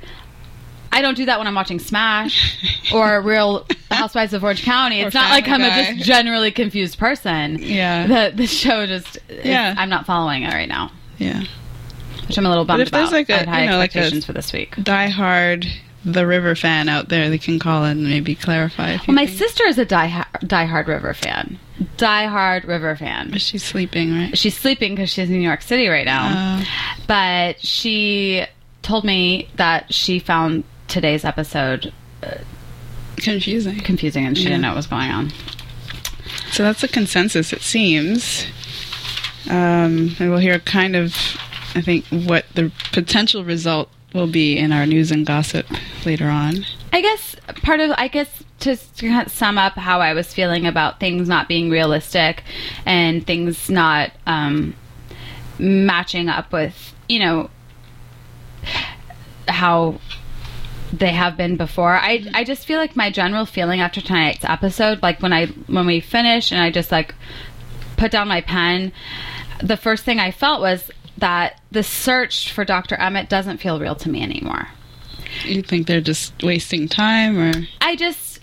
Speaker 3: I don't do that when I'm watching Smash or Real Housewives of Orange County.
Speaker 4: Or
Speaker 3: It's not like I'm
Speaker 4: Family
Speaker 3: a
Speaker 4: Guy.
Speaker 3: just generally confused person.
Speaker 4: Yeah.
Speaker 3: The the show just
Speaker 4: Yeah.
Speaker 3: I'm not following it right now,
Speaker 4: Yeah.
Speaker 3: which I'm a little bummed
Speaker 4: if there's
Speaker 3: about.
Speaker 4: like a-
Speaker 3: I had high
Speaker 4: you know, like a-
Speaker 3: expectations for this week.
Speaker 4: diehard the river fan out there that can call in and maybe clarify. If you
Speaker 3: my
Speaker 4: think-
Speaker 3: sister is a die diehard River fan. Diehard River fan.
Speaker 4: But she's sleeping, right?
Speaker 3: She's sleeping because she's in New York City right now.
Speaker 4: Uh,
Speaker 3: but she told me that she found today's episode
Speaker 4: confusing.
Speaker 3: confusing and she didn't
Speaker 4: Yeah.
Speaker 3: know what was going on.
Speaker 4: So that's the consensus, it seems. Um, and we'll hear kind of, I think, what the potential result will be in our news and gossip later on.
Speaker 3: I guess part of I guess to s- to kind of sum up how I was feeling about things not being realistic and things not um, matching up with you know how they have been before. I I just feel like my general feeling after tonight's episode, like when I when we finish and I just like put down my pen, the first thing I felt was that the search for Dr. Emmett doesn't feel real to me anymore.
Speaker 4: You think they're just wasting time, or
Speaker 3: I just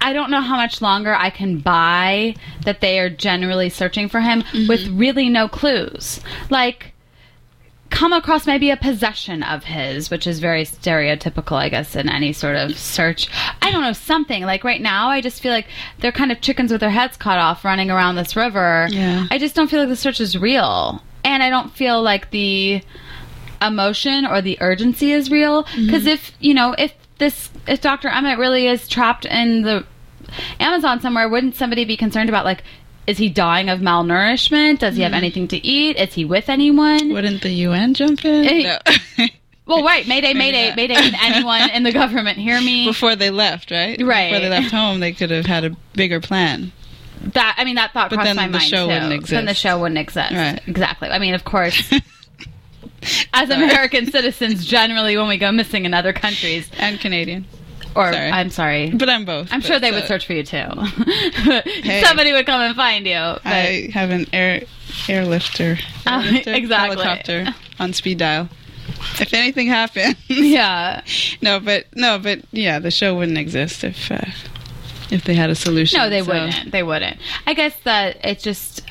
Speaker 3: I don't know how much longer I can buy that they are generally searching for him with really no clues. Like come across maybe a possession of his, which is very stereotypical, I guess, in any sort of search. I don't know, something. Like right now, I just feel like they're kind of chickens with their heads cut off running around this river.
Speaker 4: Yeah.
Speaker 3: I just don't feel like the search is real. And I don't feel like the emotion or the urgency is real.
Speaker 4: Mm-hmm.
Speaker 3: Because if, you know, if this, if Dr. Emmett really is trapped in the Amazon somewhere, wouldn't somebody be concerned about, like, is he dying of malnourishment? Does he
Speaker 4: Mm-hmm.
Speaker 3: have anything to eat? Is he with anyone?
Speaker 4: wouldn't the UN jump in?
Speaker 3: Hey.
Speaker 4: No.
Speaker 3: Well, right. Mayday, Mayday,
Speaker 4: that.
Speaker 3: Mayday. Can anyone in the government hear me?
Speaker 4: Before they left, right?
Speaker 3: Right.
Speaker 4: Before they left home, they could have had a bigger plan.
Speaker 3: That I mean, that thought
Speaker 4: But
Speaker 3: crossed
Speaker 4: then
Speaker 3: my
Speaker 4: the
Speaker 3: mind
Speaker 4: show
Speaker 3: too.
Speaker 4: wouldn't
Speaker 3: Then
Speaker 4: exist.
Speaker 3: the show wouldn't exist.
Speaker 4: Right.
Speaker 3: Exactly. I mean, of course. As American citizens, generally, when we go missing in other countries,
Speaker 4: And Canadian.
Speaker 3: or
Speaker 4: Sorry.
Speaker 3: I'm sorry,
Speaker 4: But I'm both.
Speaker 3: I'm
Speaker 4: but,
Speaker 3: sure they would
Speaker 4: uh,
Speaker 3: search for you too. Somebody would come and find you. But
Speaker 4: I have an air airlifter,
Speaker 3: Uh,
Speaker 4: airlifter?
Speaker 3: exactly.
Speaker 4: helicopter on speed dial. If anything happened,
Speaker 3: yeah,
Speaker 4: no, but no, but yeah, the show wouldn't exist if uh, if they had a solution.
Speaker 3: no, they
Speaker 4: so-
Speaker 3: wouldn't. They wouldn't. I guess that it just.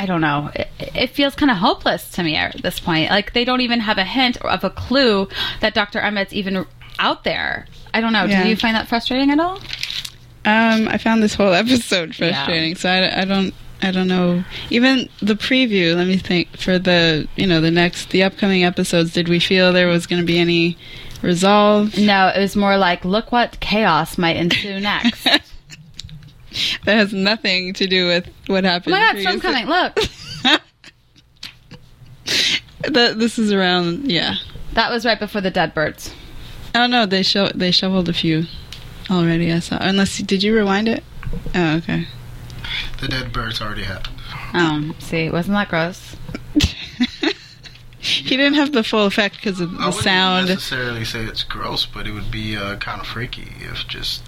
Speaker 3: I don't know. It, it feels kind of hopeless to me at this point. Like they don't even have a hint or of a clue that Dr. Emmett's even out there. I don't know.
Speaker 4: Yeah.
Speaker 3: Do you find that frustrating at all?
Speaker 4: Um, I found this whole episode frustrating, so I, I don't. I don't know. Even the preview. Let me think. For the you know the next the upcoming episodes, did we feel there was going to be any resolve?
Speaker 3: No, it was more like, look what chaos might ensue next. oh
Speaker 4: That has nothing to do with what happened.
Speaker 3: Oh my God, storm
Speaker 4: previously.
Speaker 3: coming! Look,
Speaker 4: The, this is around yeah.
Speaker 3: that was right before the dead birds.
Speaker 4: Oh no, they sho- they shoveled a few already. I saw. Unless did you rewind it? Oh okay.
Speaker 1: The dead birds already happened.
Speaker 3: Oh, see, wasn't that gross?
Speaker 4: he didn't have the full effect because of
Speaker 1: I
Speaker 4: the
Speaker 1: wouldn't
Speaker 4: sound.
Speaker 1: necessarily say it's gross, but it would be uh, kind of freaky if just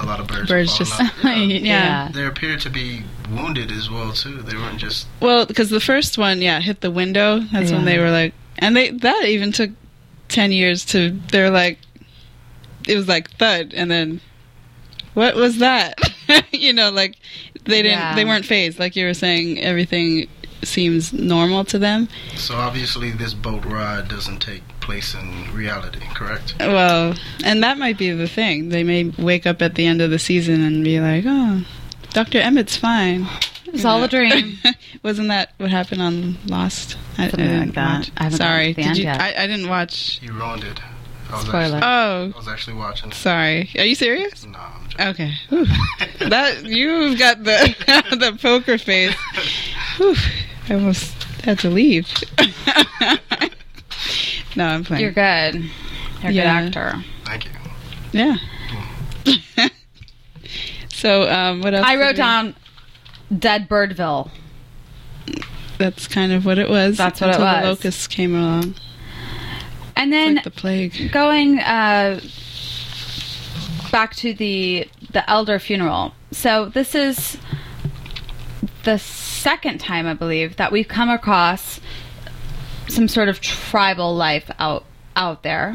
Speaker 1: a lot of birds.
Speaker 4: Birds
Speaker 1: were
Speaker 4: just-
Speaker 3: Oh,
Speaker 1: falling out. Yeah.
Speaker 4: Yeah.
Speaker 1: They appeared to be wounded as well too. They weren't just
Speaker 4: Well, because the first one, yeah, hit the window. That's when
Speaker 3: Yeah.
Speaker 4: they were like, and they that even took ten years to. They're like, it was like thud, and then what was that? you know, like they didn't.
Speaker 3: Yeah.
Speaker 4: They weren't phased. Like you were saying, everything seems normal to them.
Speaker 1: so obviously this boat ride doesn't take place in reality, correct?
Speaker 4: Well, and that might be the thing. They may wake up at the end of the season and be like, "Oh, Dr. Emmett's fine."
Speaker 3: It was all a dream.
Speaker 4: Wasn't that what happened on Lost? I,
Speaker 3: Something like that.
Speaker 4: watch.
Speaker 3: I haven't
Speaker 4: sorry,
Speaker 3: gotten to the
Speaker 4: did
Speaker 3: end
Speaker 4: you?
Speaker 3: yet.
Speaker 4: I, I didn't watch.
Speaker 1: You ruined it. I was
Speaker 3: Spoiler.
Speaker 1: Actually,
Speaker 4: Oh,
Speaker 1: I was actually watching.
Speaker 4: sorry. Are you serious?
Speaker 1: No, I'm joking.
Speaker 4: Okay. Whew. that you've got the the poker face. Whew. I almost had to leave. no, I'm playing.
Speaker 3: You're good. You're a
Speaker 4: Yeah.
Speaker 3: good actor.
Speaker 1: Thank you.
Speaker 4: Yeah. so, um, what else?
Speaker 3: I
Speaker 4: did
Speaker 3: wrote
Speaker 4: we-
Speaker 3: down Dead Birdville.
Speaker 4: That's kind of what it was.
Speaker 3: That's what it
Speaker 4: until The
Speaker 3: was.
Speaker 4: locusts came along,
Speaker 3: And then
Speaker 4: like the plague.
Speaker 3: going uh, back to the the elder funeral. So this is the second time I believe that we've come across some sort of tribal life out out there.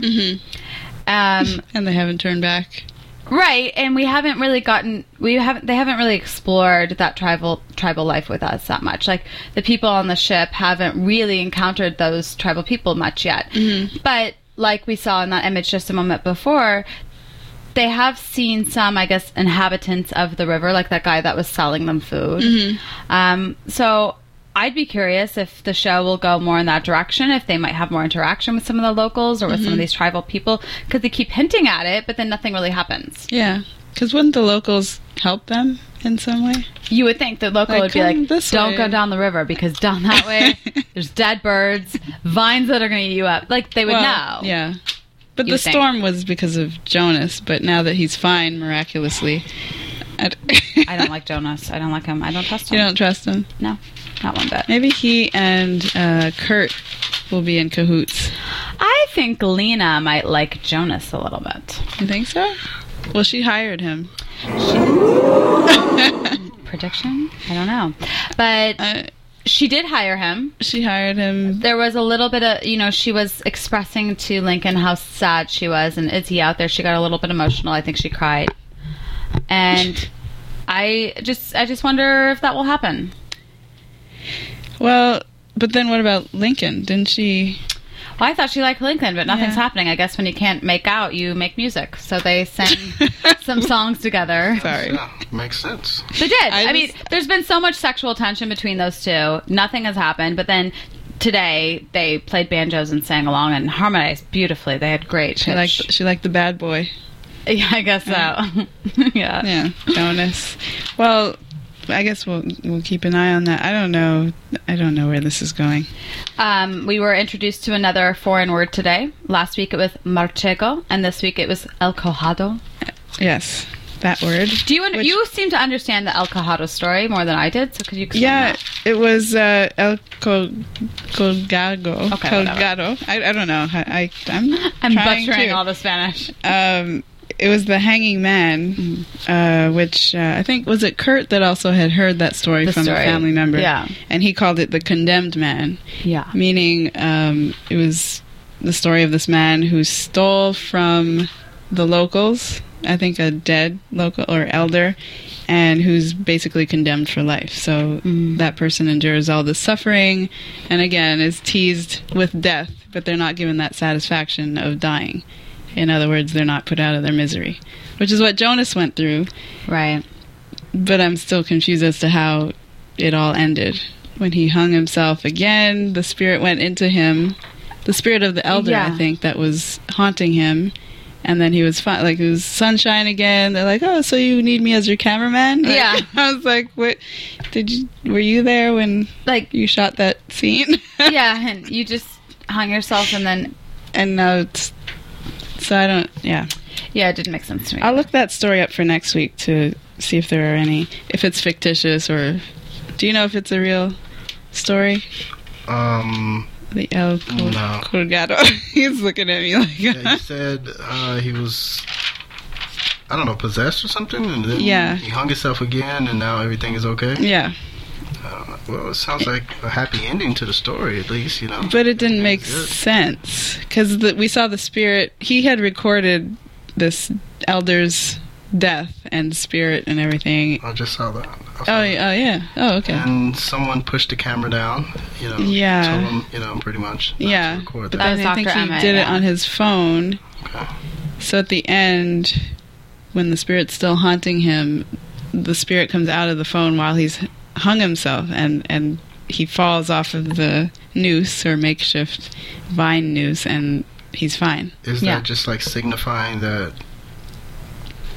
Speaker 3: Um,
Speaker 4: and they haven't turned back.
Speaker 3: right, and we haven't really gotten we haven't they haven't really explored that tribal tribal life with us that much. Like the people on the ship haven't really encountered those tribal people much yet. But like we saw in that image just a moment before, they have seen some, I guess, inhabitants of the river, like that guy that was selling them food. Um, so I'd be curious if the show will go more in that direction, if they might have more interaction with some of the locals or with
Speaker 4: Mm-hmm.
Speaker 3: some of these tribal people, because they keep hinting at it, but then nothing really happens.
Speaker 4: Yeah, because wouldn't the locals help them in some way?
Speaker 3: You would think the local
Speaker 4: Like,
Speaker 3: would be
Speaker 4: "Come
Speaker 3: like,
Speaker 4: this
Speaker 3: don't
Speaker 4: way."
Speaker 3: go down the river because down that way, there's dead birds, vines that are going to eat you up. Like they would know.
Speaker 4: Yeah. But
Speaker 3: You
Speaker 4: the
Speaker 3: would think.
Speaker 4: storm was because of Jonas, but now that he's fine miraculously, I d-
Speaker 3: I don't like Jonas. I don't like him. I don't trust him.
Speaker 4: you don't trust him.
Speaker 3: no, not one bit.
Speaker 4: Maybe he and uh, Kurt will be in cahoots.
Speaker 3: I think Lena might like Jonas a little bit.
Speaker 4: You think so? Well, she hired him.
Speaker 3: Prediction? I don't know. But
Speaker 4: Uh,
Speaker 3: she did hire him.
Speaker 4: she hired him.
Speaker 3: There was a little bit of, you know, she was expressing to Lincoln how sad she was, and is he out there? She got a little bit emotional. I think she cried, and I just, I just wonder if that will happen.
Speaker 4: Well, but then what about Lincoln? Didn't she?
Speaker 3: Well, I thought she liked Lincoln, but nothing's
Speaker 4: Yeah.
Speaker 3: happening. I guess when you can't make out, you make music. So they sang some songs together.
Speaker 4: Sorry.
Speaker 1: Yeah, makes sense.
Speaker 3: They did. I,
Speaker 4: I
Speaker 3: mean,
Speaker 4: was-
Speaker 3: there's been so much sexual tension between those two. Nothing has happened, but then today they played banjos and sang along and harmonized beautifully. They had great
Speaker 4: She liked,
Speaker 3: pitch.
Speaker 4: she liked the bad boy.
Speaker 3: yeah, I guess so. yeah.
Speaker 4: Yeah, Jonas. Well, I guess we'll we'll keep an eye on that. I don't know. I don't know where this is going.
Speaker 3: Um, we were introduced to another foreign word today. Last week it was marchego, and this week it was el cojado.
Speaker 4: Yes, that word.
Speaker 3: Do you un-
Speaker 4: Which-
Speaker 3: you seem to understand the el cojado story more than I did? So could you explain
Speaker 4: Yeah,
Speaker 3: that?
Speaker 4: it was uh, El Col- Colgado.
Speaker 3: Okay, whatever.
Speaker 4: Colgado. I, I don't know. I, I, am
Speaker 3: I'm
Speaker 4: trying to.
Speaker 3: butchering all the Spanish.
Speaker 4: Um, it was the hanging man,
Speaker 3: Mm.
Speaker 4: uh, which uh, I think was it Kurt that also had heard that story
Speaker 3: The
Speaker 4: from
Speaker 3: story.
Speaker 4: a family member.
Speaker 3: Yeah.
Speaker 4: and he called it the condemned man.
Speaker 3: Yeah.
Speaker 4: meaning um, it was the story of this man who stole from the locals, I think a dead local or elder, and who's basically condemned for life. So that person endures all this suffering and again is teased with death, but they're not given that satisfaction of dying. In other words, they're not put out of their misery, which is what Jonas went through,
Speaker 3: Right.
Speaker 4: but I'm still confused as to how it all ended. When he hung himself again, the spirit went into him. The spirit of the elder,
Speaker 3: Yeah.
Speaker 4: I think, that was haunting him. And then he was fine. Like, it was sunshine again. They're like, oh, so you need me as your cameraman? Like,
Speaker 3: Yeah.
Speaker 4: I was like, what? Did you, were you there when
Speaker 3: Like
Speaker 4: you shot that scene?
Speaker 3: yeah, and you just hung yourself and then
Speaker 4: and now it's, so I don't, yeah.
Speaker 3: yeah, it didn't make sense to me.
Speaker 4: I'll look that story up for next week to see if there are any, if it's fictitious or, do you know if it's a real story?
Speaker 1: Um,
Speaker 4: The El Col-
Speaker 1: No.
Speaker 4: Colgado. He's looking at me like,
Speaker 1: yeah, he said uh, he was, I don't know, possessed or something, and then
Speaker 4: Yeah.
Speaker 1: he hung himself again, and now everything is okay.
Speaker 4: yeah.
Speaker 1: Uh, well, it sounds like a happy ending to the story, at least, you know.
Speaker 4: But it didn't make
Speaker 1: Everything's good.
Speaker 4: sense because we saw the spirit. He had recorded this elder's death and spirit and everything.
Speaker 1: I just saw that. I saw
Speaker 4: Oh,
Speaker 1: that.
Speaker 4: yeah. Oh, yeah. Oh, okay.
Speaker 1: And someone pushed the camera down, you know.
Speaker 4: Yeah.
Speaker 1: Told him, you know, pretty much. not To
Speaker 4: Yeah.
Speaker 1: record
Speaker 4: But
Speaker 1: that.
Speaker 4: then
Speaker 3: was
Speaker 4: I think
Speaker 3: Dr.
Speaker 4: he
Speaker 3: Emmett,
Speaker 4: did it
Speaker 3: yeah.
Speaker 4: on his phone.
Speaker 1: Okay.
Speaker 4: So at the end, when the spirit's still haunting him, the spirit comes out of the phone while he's hung himself, and and he falls off of the noose or makeshift vine noose, and he's fine.
Speaker 1: Is
Speaker 3: Yeah.
Speaker 1: that just like signifying that,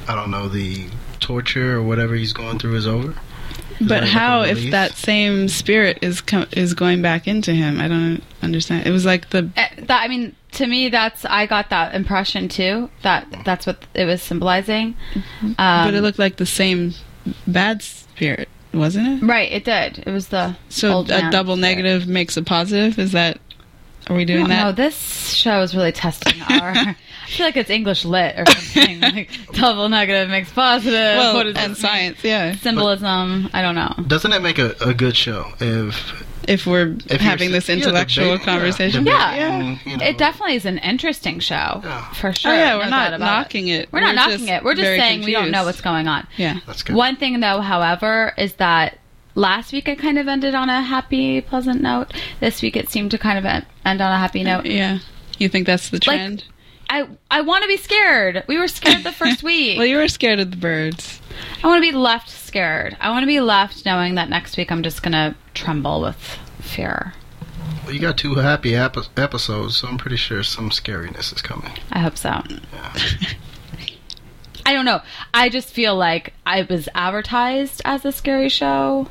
Speaker 1: I don't know, the torture or whatever he's going through is over? Is that
Speaker 4: But
Speaker 1: like a
Speaker 4: how if
Speaker 1: release?
Speaker 4: that same spirit is com- is going back into him? I don't understand. It was like the
Speaker 3: Uh, that, I mean, to me, that's I got that impression too. That that's what it was symbolizing. Um,
Speaker 4: but it looked like the same bad spirit, wasn't it?
Speaker 3: right. It did. It was the
Speaker 4: So
Speaker 3: old
Speaker 4: a
Speaker 3: man
Speaker 4: double
Speaker 3: spirit.
Speaker 4: negative makes a positive. Is that Are we doing
Speaker 3: Oh, No,
Speaker 4: that?
Speaker 3: this show is really testing our. I feel like it's English lit or something. like double negative makes positive.
Speaker 4: well,
Speaker 3: What does
Speaker 4: and
Speaker 3: this mean?
Speaker 4: science, yeah.
Speaker 3: Symbolism. I don't know.
Speaker 1: Doesn't it make a, a good show if
Speaker 4: If we're
Speaker 1: if you're
Speaker 4: having
Speaker 1: s-
Speaker 4: this
Speaker 1: yeah,
Speaker 4: intellectual
Speaker 1: debate- yeah,
Speaker 4: conversation,
Speaker 1: debate
Speaker 3: Yeah.
Speaker 1: and, you know,
Speaker 3: It definitely is an interesting show,
Speaker 1: Yeah.
Speaker 3: for sure.
Speaker 4: Oh, yeah, we're
Speaker 3: doubt
Speaker 4: not
Speaker 3: about
Speaker 4: knocking it.
Speaker 3: We're not
Speaker 4: We're
Speaker 3: knocking
Speaker 4: just
Speaker 3: it. We're just
Speaker 4: very
Speaker 3: saying we don't
Speaker 4: confused.
Speaker 3: know what's going on.
Speaker 4: yeah.
Speaker 1: That's good.
Speaker 3: One thing, though, however, is that last week it kind of ended on a happy, pleasant note. This week it seemed to kind of en- end on a happy note.
Speaker 4: Yeah. You think that's the
Speaker 3: Like-
Speaker 4: trend?
Speaker 3: I I want to be scared. We were scared the first week.
Speaker 4: well, you were scared of the birds.
Speaker 3: I want to be left scared. I want to be left knowing that next week I'm just gonna tremble with fear.
Speaker 1: Well, you got two happy ep- episodes, so I'm pretty sure some scariness is coming.
Speaker 3: I hope so. I don't know. I just feel like I was advertised as a scary show.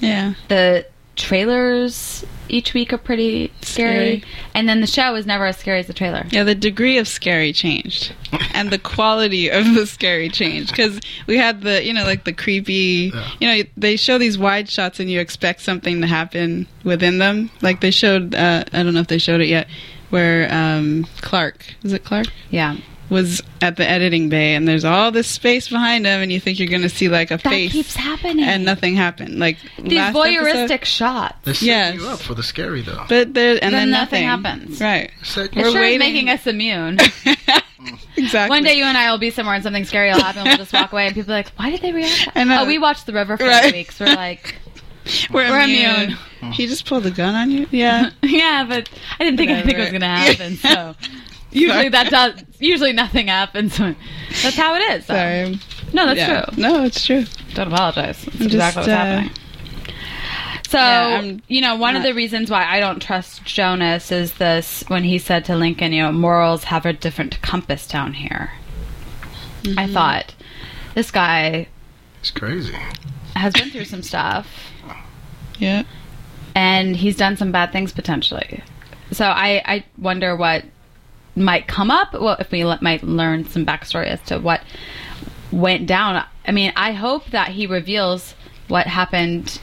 Speaker 4: Yeah.
Speaker 3: The trailers each week are pretty scary,
Speaker 4: Scary.
Speaker 3: and then the show is never as scary as the trailer.
Speaker 4: Yeah, the degree of scary changed, and the quality of the scary changed because we had the you know like the creepy
Speaker 1: Yeah.
Speaker 4: you know they show these wide shots and you expect something to happen within them. Like they showed uh, I don't know if they showed it yet where um, Clark is it Clark
Speaker 3: Yeah,
Speaker 4: was at the editing bay and there's all this space behind him and you think you're gonna see like a
Speaker 3: that
Speaker 4: face
Speaker 3: keeps happening.
Speaker 4: and nothing happened. Like
Speaker 3: These
Speaker 4: last
Speaker 3: voyeuristic
Speaker 4: episode-
Speaker 3: shots.
Speaker 1: They set
Speaker 4: Yes.
Speaker 1: you up for the scary though.
Speaker 4: but there and
Speaker 3: Then
Speaker 4: then,
Speaker 3: nothing happens.
Speaker 4: Right.
Speaker 1: Set
Speaker 3: It
Speaker 1: you
Speaker 4: We're
Speaker 3: sure
Speaker 4: waiting.
Speaker 3: is making us immune.
Speaker 4: exactly.
Speaker 3: One day you and I will be somewhere and something scary will happen. We'll just walk away and people are like, "Why did they react?"
Speaker 4: I
Speaker 3: I
Speaker 4: know.
Speaker 3: Oh, we watched The River for
Speaker 4: Right.
Speaker 3: eight weeks. We're like,
Speaker 4: we're,
Speaker 3: We're
Speaker 4: immune. He just pulled a gun on you. Yeah.
Speaker 3: "Yeah, but I didn't think anything was
Speaker 4: Whatever.
Speaker 3: going to happen." So
Speaker 4: Sorry.
Speaker 3: usually that does. Usually nothing happens. That's how it is. so.
Speaker 4: Sorry.
Speaker 3: No, that's
Speaker 4: Yeah.
Speaker 3: true.
Speaker 4: No, it's true.
Speaker 3: Don't apologize. That's
Speaker 4: I'm
Speaker 3: exactly
Speaker 4: just,
Speaker 3: what's
Speaker 4: uh,
Speaker 3: happening. So
Speaker 4: Yeah, I'm
Speaker 3: you know, one of
Speaker 4: not-
Speaker 3: the reasons why I don't trust Jonas is this when he said to Lincoln, you know, morals have a different compass down here. I
Speaker 4: Mm-hmm.
Speaker 3: thought this guy
Speaker 1: It's crazy.
Speaker 3: has been through some stuff
Speaker 4: Yeah.
Speaker 3: and he's done some bad things potentially. So I, I wonder what might come up. Well, if we le- might learn some backstory as to what went down. I mean, I hope that he reveals what happened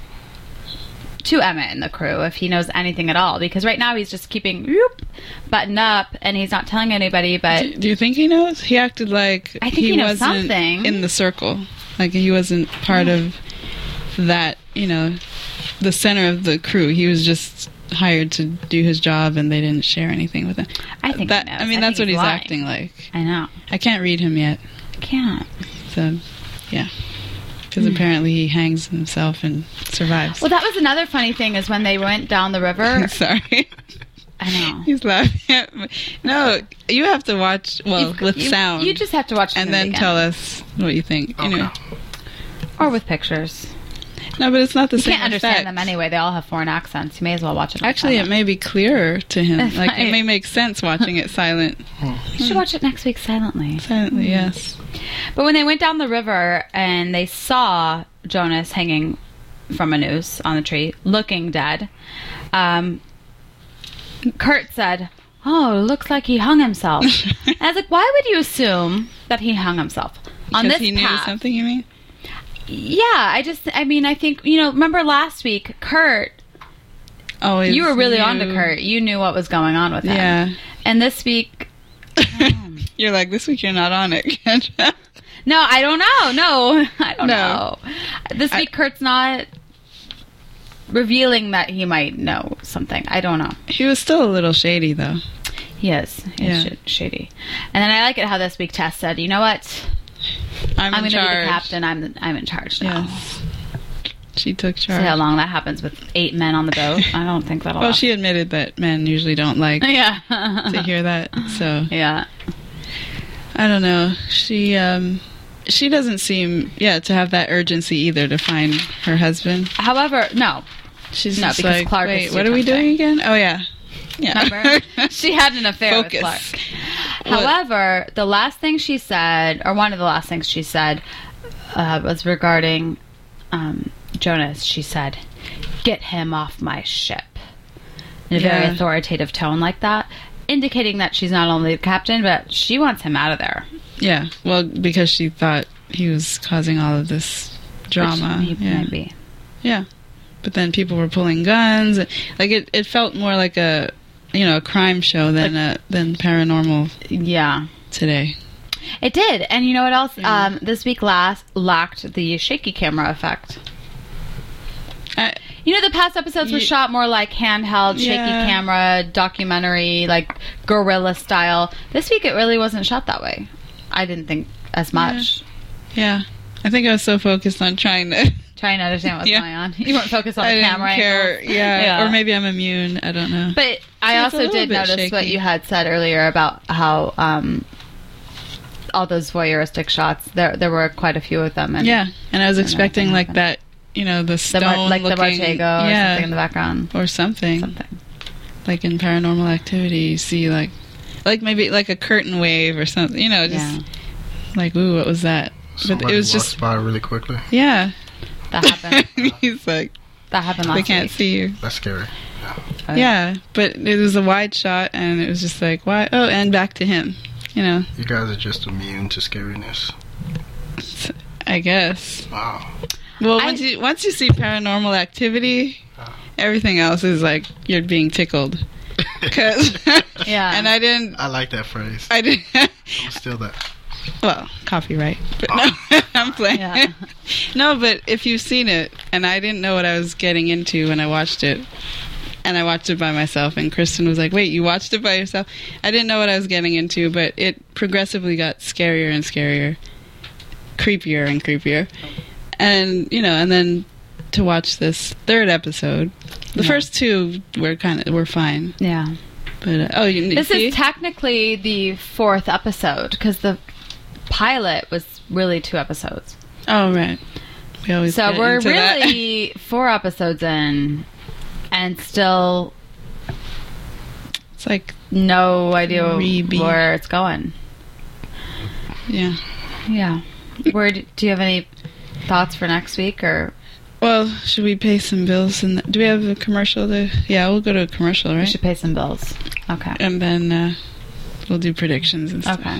Speaker 3: to Emma and the crew if he knows anything at all. Because right now he's just keeping whoop, button up and he's not telling anybody. But
Speaker 4: Do you think he knows? He acted like
Speaker 3: I think he knows
Speaker 4: wasn't
Speaker 3: something.
Speaker 4: in the circle. Like he wasn't part of that, you know, the center of the crew. He was just hired to do his job and they didn't share anything with him.
Speaker 3: I think
Speaker 4: that
Speaker 3: he knows.
Speaker 4: I mean
Speaker 3: I
Speaker 4: that's what
Speaker 3: think
Speaker 4: he's
Speaker 3: lying.
Speaker 4: acting like.
Speaker 3: I know.
Speaker 4: I can't read him yet.
Speaker 3: I can't.
Speaker 4: So, yeah. Cuz
Speaker 3: Hmm.
Speaker 4: apparently he hangs himself and survives.
Speaker 3: Well, that was another funny thing is when they went down the river.
Speaker 4: Sorry.
Speaker 3: I know.
Speaker 4: He's laughing at me. No, you have to watch well
Speaker 3: You've-
Speaker 4: with
Speaker 3: you-
Speaker 4: sound.
Speaker 3: You just have to watch the
Speaker 4: and
Speaker 3: movie
Speaker 4: then
Speaker 3: again.
Speaker 4: tell us what you think. You know.
Speaker 3: or with pictures.
Speaker 4: No, but it's not the
Speaker 3: You
Speaker 4: same.
Speaker 3: can't understand
Speaker 4: effect.
Speaker 3: them anyway. They all have foreign accents. You may as well watch it.
Speaker 4: Actually, it
Speaker 3: it
Speaker 4: may be clearer to him. Like it
Speaker 3: Right.
Speaker 4: may make sense watching it silent,
Speaker 3: you should watch it next week silently.
Speaker 4: silently. Yes.
Speaker 3: But when they went down the river and they saw Jonas hanging from a noose on the tree, looking dead, um, Kurt said, "Oh, looks like he hung himself." and I was like, "Why would you assume that he hung himself on
Speaker 4: Because
Speaker 3: this
Speaker 4: he knew
Speaker 3: path?"
Speaker 4: something. You mean?
Speaker 3: Yeah, I just, I mean, I think you know. Remember last week, Kurt
Speaker 4: Always.
Speaker 3: you were really
Speaker 4: knew-
Speaker 3: on to Kurt. You knew what was going on with him.
Speaker 4: Yeah.
Speaker 3: And this week,
Speaker 4: you're like this week. You're not on it, Kendra.
Speaker 3: no, I don't know. No, I don't
Speaker 4: No.
Speaker 3: know. This
Speaker 4: I-
Speaker 3: week, Kurt's not revealing that he might know something. I don't know.
Speaker 4: he was still a little shady though.
Speaker 3: He is. He is
Speaker 4: Yeah.
Speaker 3: sh- shady. And then I like it how this week Tess said, "You know what?
Speaker 4: I'm,
Speaker 3: I'm
Speaker 4: in
Speaker 3: going to be
Speaker 4: charge.
Speaker 3: the captain. I'm the, I'm in charge now."
Speaker 4: Yes. She took
Speaker 3: See how
Speaker 4: charge.
Speaker 3: long that happens with eight men on the boat. I don't think that'll.
Speaker 4: Well,
Speaker 3: last.
Speaker 4: she admitted that men usually don't like
Speaker 3: yeah,
Speaker 4: to hear that. So
Speaker 3: yeah.
Speaker 4: I don't know. She um she doesn't seem yeah to have that urgency either to find her husband.
Speaker 3: However, no,
Speaker 4: She's
Speaker 3: No,
Speaker 4: just
Speaker 3: because
Speaker 4: like,
Speaker 3: Clark is
Speaker 4: wait,
Speaker 3: too
Speaker 4: what are we doing
Speaker 3: tempting."
Speaker 4: again? Oh yeah, yeah.
Speaker 3: Remember? she had an affair
Speaker 4: Focus.
Speaker 3: with Clark.
Speaker 4: What-
Speaker 3: However, the last thing she said, or one of the last things she said, uh, was regarding um, Jonas. She said, "Get him off my ship," in a very
Speaker 4: Yeah.
Speaker 3: authoritative tone, like that, indicating that she's not only the captain, but she wants him out of there.
Speaker 4: yeah. Well, because she thought he was causing all of this
Speaker 3: which
Speaker 4: drama.
Speaker 3: he
Speaker 4: yeah.
Speaker 3: might be.
Speaker 4: yeah. But then people were pulling guns. Like it, it felt more like a you know a crime show than uh, than paranormal
Speaker 3: Yeah.
Speaker 4: today.
Speaker 3: It did. And you know what
Speaker 4: Hmm.
Speaker 3: else? Um, this week last lacked the shaky camera effect.
Speaker 4: I,
Speaker 3: You know, the past episodes were
Speaker 4: Ye-
Speaker 3: shot more like handheld, shaky
Speaker 4: Yeah.
Speaker 3: camera, documentary, like guerrilla style. This week it really wasn't shot that way. I didn't think as much.
Speaker 4: yeah, I think I was so focused on trying to.
Speaker 3: Trying to understand what's
Speaker 4: Yeah.
Speaker 3: going on. You weren't focused on
Speaker 4: I
Speaker 3: the
Speaker 4: didn't
Speaker 3: camera.
Speaker 4: care.
Speaker 3: angles.
Speaker 4: Yeah. or maybe I'm immune. I don't know.
Speaker 3: But I
Speaker 4: It's a
Speaker 3: also
Speaker 4: little
Speaker 3: did
Speaker 4: bit
Speaker 3: notice what
Speaker 4: shaky.
Speaker 3: you had said earlier about how um, all those voyeuristic shots. There, there were quite a few of them. And
Speaker 4: yeah, and I was expecting
Speaker 3: nothing
Speaker 4: like
Speaker 3: happened.
Speaker 4: that. You know, the
Speaker 3: the
Speaker 4: stone
Speaker 3: bar, like the
Speaker 4: looking-
Speaker 3: Bartego or
Speaker 4: yeah,
Speaker 3: something in the background.
Speaker 4: or something.
Speaker 3: Something.
Speaker 4: like in paranormal activity you see like like maybe like a curtain wave or something you know just like ooh what was that but
Speaker 1: Somebody
Speaker 4: it was
Speaker 1: walks
Speaker 4: just
Speaker 1: by really quickly.
Speaker 4: yeah
Speaker 3: That happened.
Speaker 4: he's like
Speaker 3: that happened last
Speaker 4: they can't
Speaker 3: week.
Speaker 4: see you
Speaker 1: That's scary.
Speaker 3: Oh,
Speaker 4: yeah but it was a wide shot and it was just like why oh and back to him you know
Speaker 1: You guys are just immune to scariness.
Speaker 4: i guess
Speaker 1: Wow.
Speaker 4: well
Speaker 3: I-
Speaker 4: once you once you see paranormal activity everything else is like you're being tickled because
Speaker 3: Yeah.
Speaker 4: and i didn't
Speaker 1: I like that phrase.
Speaker 4: i didn't
Speaker 1: Still that.
Speaker 4: Well, copyright. But no, I'm playing.
Speaker 3: Yeah.
Speaker 4: no, but if you've seen it, and I didn't know what I was getting into when I watched it, and I watched it by myself, and Kristen was like, "Wait, you watched it by yourself?" I didn't know what I was getting into, but it progressively got scarier and scarier, creepier and creepier, and you know, and then to watch this third episode. The first two were kind of were fine,
Speaker 3: Yeah.
Speaker 4: but uh, oh, you
Speaker 3: This
Speaker 4: see?
Speaker 3: is technically the fourth episode because the pilot was really two episodes.
Speaker 4: oh right. We always
Speaker 3: So
Speaker 4: get
Speaker 3: we're
Speaker 4: into that.
Speaker 3: really four episodes in and still
Speaker 4: it's like
Speaker 3: no idea
Speaker 4: Maybe.
Speaker 3: where it's going.
Speaker 4: yeah.
Speaker 3: Yeah. Where do, do you have any thoughts for next week or
Speaker 4: Well, should we pay some bills? And do we have a commercial? To, yeah, we'll go to a commercial,
Speaker 3: we
Speaker 4: right?
Speaker 3: should pay some bills? Okay.
Speaker 4: And then uh, we'll do predictions and stuff.
Speaker 3: Okay.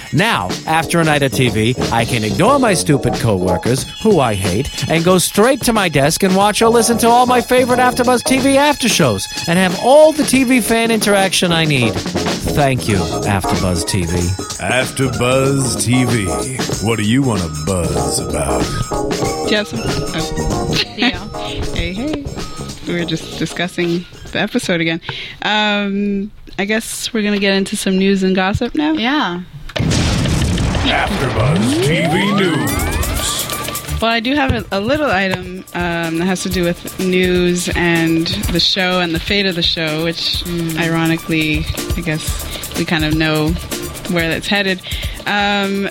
Speaker 6: Now, after a night of TV, I can ignore my stupid coworkers, who I hate, and go straight to my desk and watch or listen to all my favorite AfterBuzz TV after shows and have all the TV fan interaction I need. Thank you, AfterBuzz TV.
Speaker 7: After Buzz TV. What do you want to buzz about?
Speaker 4: Do you have some? Oh. hey, hey. We were just discussing the episode again. Um, I guess we're going to get into some news and gossip now.
Speaker 3: Yeah.
Speaker 7: After Buzz TV News.
Speaker 4: Well, I do have a, a little item um, that has to do with news and the show and the fate of the show, which ironically, I guess we kind of know where that's headed. Um,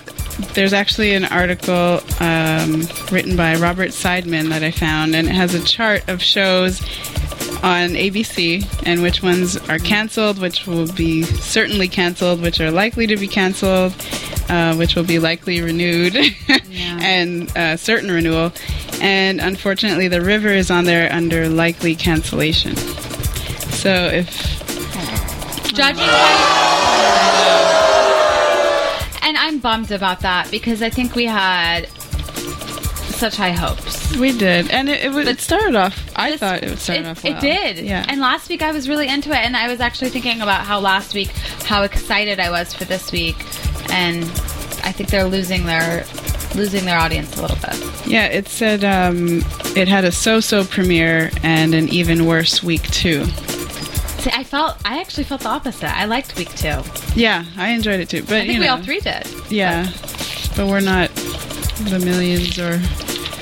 Speaker 4: there's actually an article um, written by Robert Seidman that I found, and it has a chart of shows on ABC and which ones are canceled, which will be certainly canceled, which are likely to be canceled, uh, which will be likely renewed, and uh, certain renewal. And unfortunately, The River is on there under likely cancellation. So if
Speaker 3: judging by and i'm bummed about that because i think we had such high hopes
Speaker 4: we did, and it, it, would- it started off, I
Speaker 3: This-
Speaker 4: thought it would start
Speaker 3: it,
Speaker 4: off.
Speaker 3: it
Speaker 4: well.
Speaker 3: did
Speaker 4: yeah.
Speaker 3: and last week i was really into it and i was actually thinking about how last week how excited i was for this week and i think they're losing their losing their audience a little bit
Speaker 4: Yeah, it said um, it had a so-so premiere and an even worse week two.
Speaker 3: see i felt i actually felt the opposite i liked week two i
Speaker 4: Yeah, I enjoyed it too. But
Speaker 3: think
Speaker 4: you
Speaker 3: we
Speaker 4: know,
Speaker 3: all three did
Speaker 4: Yeah, but we're not the millions or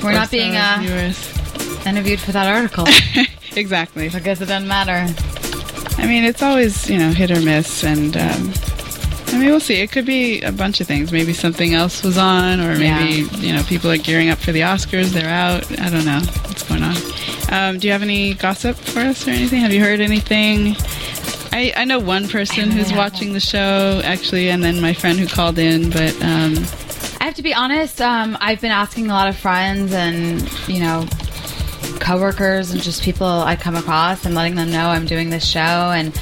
Speaker 3: We're not being uh,
Speaker 4: viewers.
Speaker 3: interviewed for that article.
Speaker 4: exactly.
Speaker 3: I guess it doesn't matter.
Speaker 4: I mean, it's always you know hit or miss, and um, I mean we'll see. It could be a bunch of things. Maybe something else was on, or maybe you know people are gearing up for the Oscars. They're out. I don't know what's going on. Um, do you have any gossip for us or anything? Have you heard anything? I, I know one person who's watching the show actually, and then my friend who called in, but um,
Speaker 3: I have to be honest. Um, I've been asking a lot of friends and you know coworkers and just people I come across and letting them know I'm doing this show and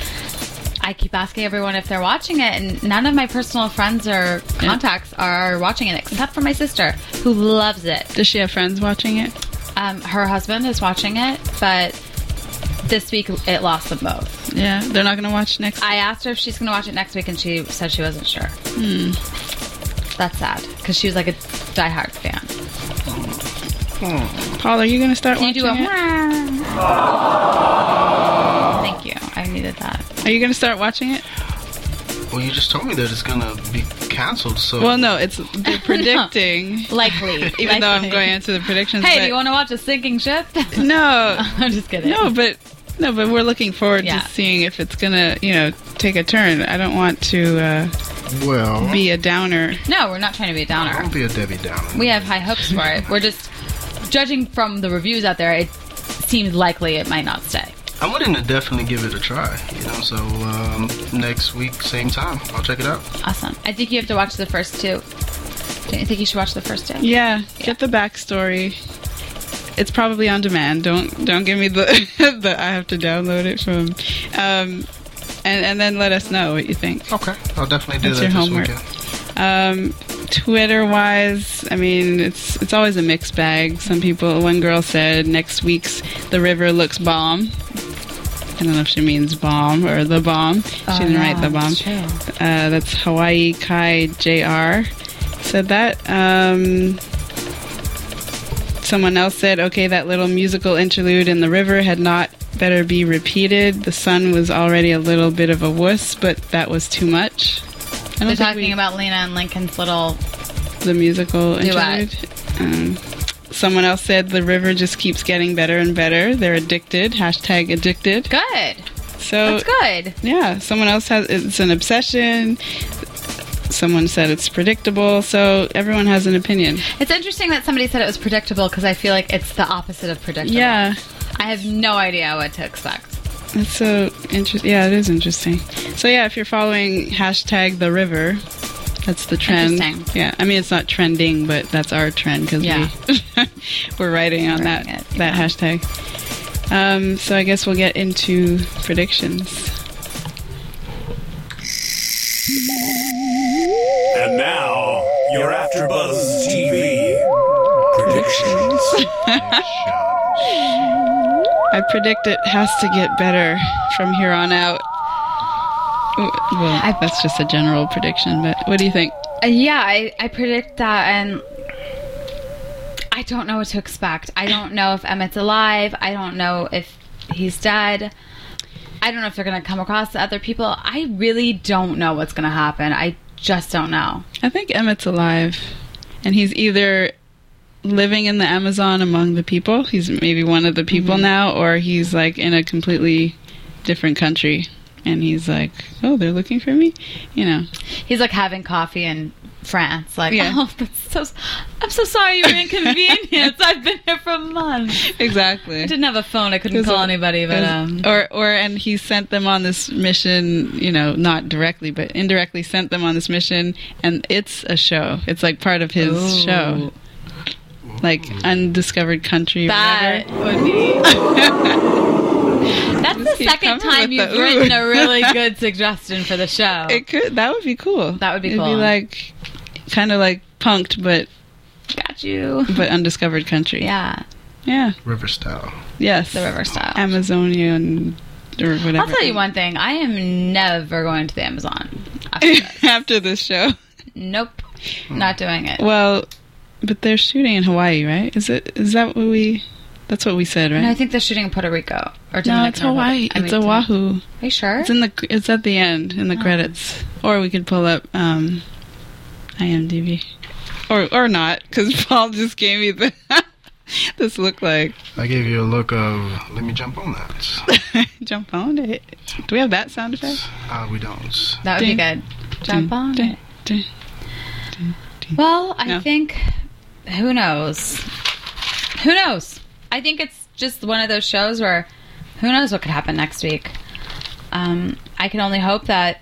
Speaker 3: I keep asking everyone if they're watching it and none of my personal friends or contacts are watching it except for my sister who loves it.
Speaker 4: does she have friends watching it?
Speaker 3: Um, her husband is watching it, but this week it lost them both.
Speaker 4: Yeah, they're not going to watch next.
Speaker 3: I asked her if she's going to watch it next week, and she said she wasn't sure. That's sad because she was like a diehard fan.
Speaker 4: Paul, are you going to start
Speaker 3: Can you
Speaker 4: watching
Speaker 3: do a?
Speaker 4: it?
Speaker 3: wah? Thank you. I needed that.
Speaker 4: Are you going to start watching it?
Speaker 1: Well, you just told me that it's gonna be canceled. So
Speaker 4: Well, no, it's they're predicting.
Speaker 3: Likely.
Speaker 4: Even though I'm
Speaker 3: likely.
Speaker 4: going into the predictions.
Speaker 3: Hey,
Speaker 4: but-
Speaker 3: do you want to watch a sinking ship?
Speaker 4: No,
Speaker 3: I'm just kidding.
Speaker 4: no, but no, but we're looking forward
Speaker 3: Yeah.
Speaker 4: to seeing if it's gonna, you know, take a turn. I don't want to uh,
Speaker 1: well,
Speaker 4: be a downer.
Speaker 3: no, we're not trying to be a downer.
Speaker 1: don't be a Debbie Downer.
Speaker 3: We have high hopes for it. We're just judging from the reviews out there. It seems likely it might not stay.
Speaker 1: I'm willing to definitely give it a try. You know, so um, next week, same time, I'll check it out.
Speaker 3: Awesome. I think you have to watch the first two. Don't you think you should watch the first two?
Speaker 4: Yeah, get the backstory. It's probably on demand. Don't don't give me the the I have to download it from, um, and and then let us know what you think.
Speaker 1: Okay, I'll definitely do
Speaker 4: That's
Speaker 1: that
Speaker 4: your homework.
Speaker 1: this weekend.
Speaker 4: Um, Twitter wise, I mean, it's it's always a mixed bag. Some people, one girl said, next week's The River looks bomb. I don't know if she means bomb or the bomb. She didn't
Speaker 3: Oh,
Speaker 4: write the bomb. Uh, that's Hawaii Kai Jr. said that. Um, someone else said, okay, that little musical interlude in the river had not better be repeated. The sun was already a little bit of a wuss, but that was too much. I don't
Speaker 3: They're
Speaker 4: think
Speaker 3: talking
Speaker 4: we-
Speaker 3: about Lena and Lincoln's little.
Speaker 4: the musical
Speaker 3: Duet.
Speaker 4: interlude. Um, someone else said the river just keeps getting better and better. They're addicted. Hashtag addicted.
Speaker 3: Good.
Speaker 4: So Oh,
Speaker 3: That's good.
Speaker 4: yeah, someone else has it's an obsession. Someone said it's predictable. So everyone has an opinion.
Speaker 3: It's interesting that somebody said it was predictable because I feel like it's the opposite of predictable.
Speaker 4: Yeah,
Speaker 3: I have no idea what to expect.
Speaker 4: that's so interesting. Yeah, it is interesting. So yeah, if you're following hashtag the river. That's the trend.
Speaker 3: Interesting.
Speaker 4: Yeah, I mean it's not trending, but that's our trend because
Speaker 3: Yeah.
Speaker 4: we we're writing on that
Speaker 3: Writing it,
Speaker 4: that
Speaker 3: yeah.
Speaker 4: hashtag. Um, so I guess we'll get into predictions.
Speaker 7: And now, your After Buzz TV predictions.
Speaker 4: I predict it has to get better from here on out. Well, that's just a general prediction, but what do you think?
Speaker 3: Uh, yeah, I, I predict that, and I don't know what to expect. I don't know if Emmett's alive. I don't know if he's dead. I don't know if they're going to come across the other people. I really don't know what's going to happen. I just don't know.
Speaker 4: I think Emmett's alive, and he's either living in the Amazon among the people. He's maybe one of the people
Speaker 3: Mm-hmm.
Speaker 4: now, or he's like in a completely different country, and he's like, "Oh, they're looking for me," you know.
Speaker 3: He's like having coffee in France. Like,
Speaker 4: Yeah.
Speaker 3: oh, that's so, I'm so sorry you were inconvenienced. I've been here for months.
Speaker 4: Exactly.
Speaker 3: I didn't have a phone. I couldn't call anybody, but um,
Speaker 4: or or and he sent them on this mission, you know, not directly but indirectly sent them on this mission, and it's a show. It's like part of his show, like undiscovered country.
Speaker 3: that
Speaker 4: whatever.
Speaker 3: would be. That's the
Speaker 4: keep coming
Speaker 3: second time
Speaker 4: with
Speaker 3: you've
Speaker 4: the ooh.
Speaker 3: written a really good suggestion for the show.
Speaker 4: It could. That would be cool.
Speaker 3: That would be
Speaker 4: It'd
Speaker 3: cool.
Speaker 4: Be like kind of like punked, but
Speaker 3: Got you.
Speaker 4: but undiscovered country.
Speaker 3: Yeah,
Speaker 4: Yeah.
Speaker 1: River style.
Speaker 4: Yes.
Speaker 3: the river style.
Speaker 4: Amazonian or whatever.
Speaker 3: I'll tell you one thing. I am never going to the Amazon. After this.
Speaker 4: After this show.
Speaker 3: nope, not doing it.
Speaker 4: Well, but they're shooting in Hawaii, right? Is it? Is that what we? That's what we said, right?
Speaker 3: No, I think they're shooting in Puerto Rico or
Speaker 4: No,
Speaker 3: Dominican
Speaker 4: it's Hawaii.
Speaker 3: Republic. I
Speaker 4: it's
Speaker 3: mean,
Speaker 4: Oahu.
Speaker 3: Are you sure?
Speaker 4: It's in the. It's at the end in
Speaker 3: Oh.
Speaker 4: the credits, or we could pull up um, IMDb, or or not, because Paul just gave me the this look like?
Speaker 1: I gave you a look of let me jump on that.
Speaker 4: Jump on it. Do we have that sound effect?
Speaker 1: Uh, we don't.
Speaker 3: That would be
Speaker 4: Ding.
Speaker 3: good. Jump
Speaker 4: Dun,
Speaker 3: on
Speaker 4: dun,
Speaker 3: it.
Speaker 4: dun.
Speaker 3: Well, I
Speaker 4: No.
Speaker 3: think who knows? Who knows? I think it's just one of those shows where who knows what could happen next week. Um, I can only hope that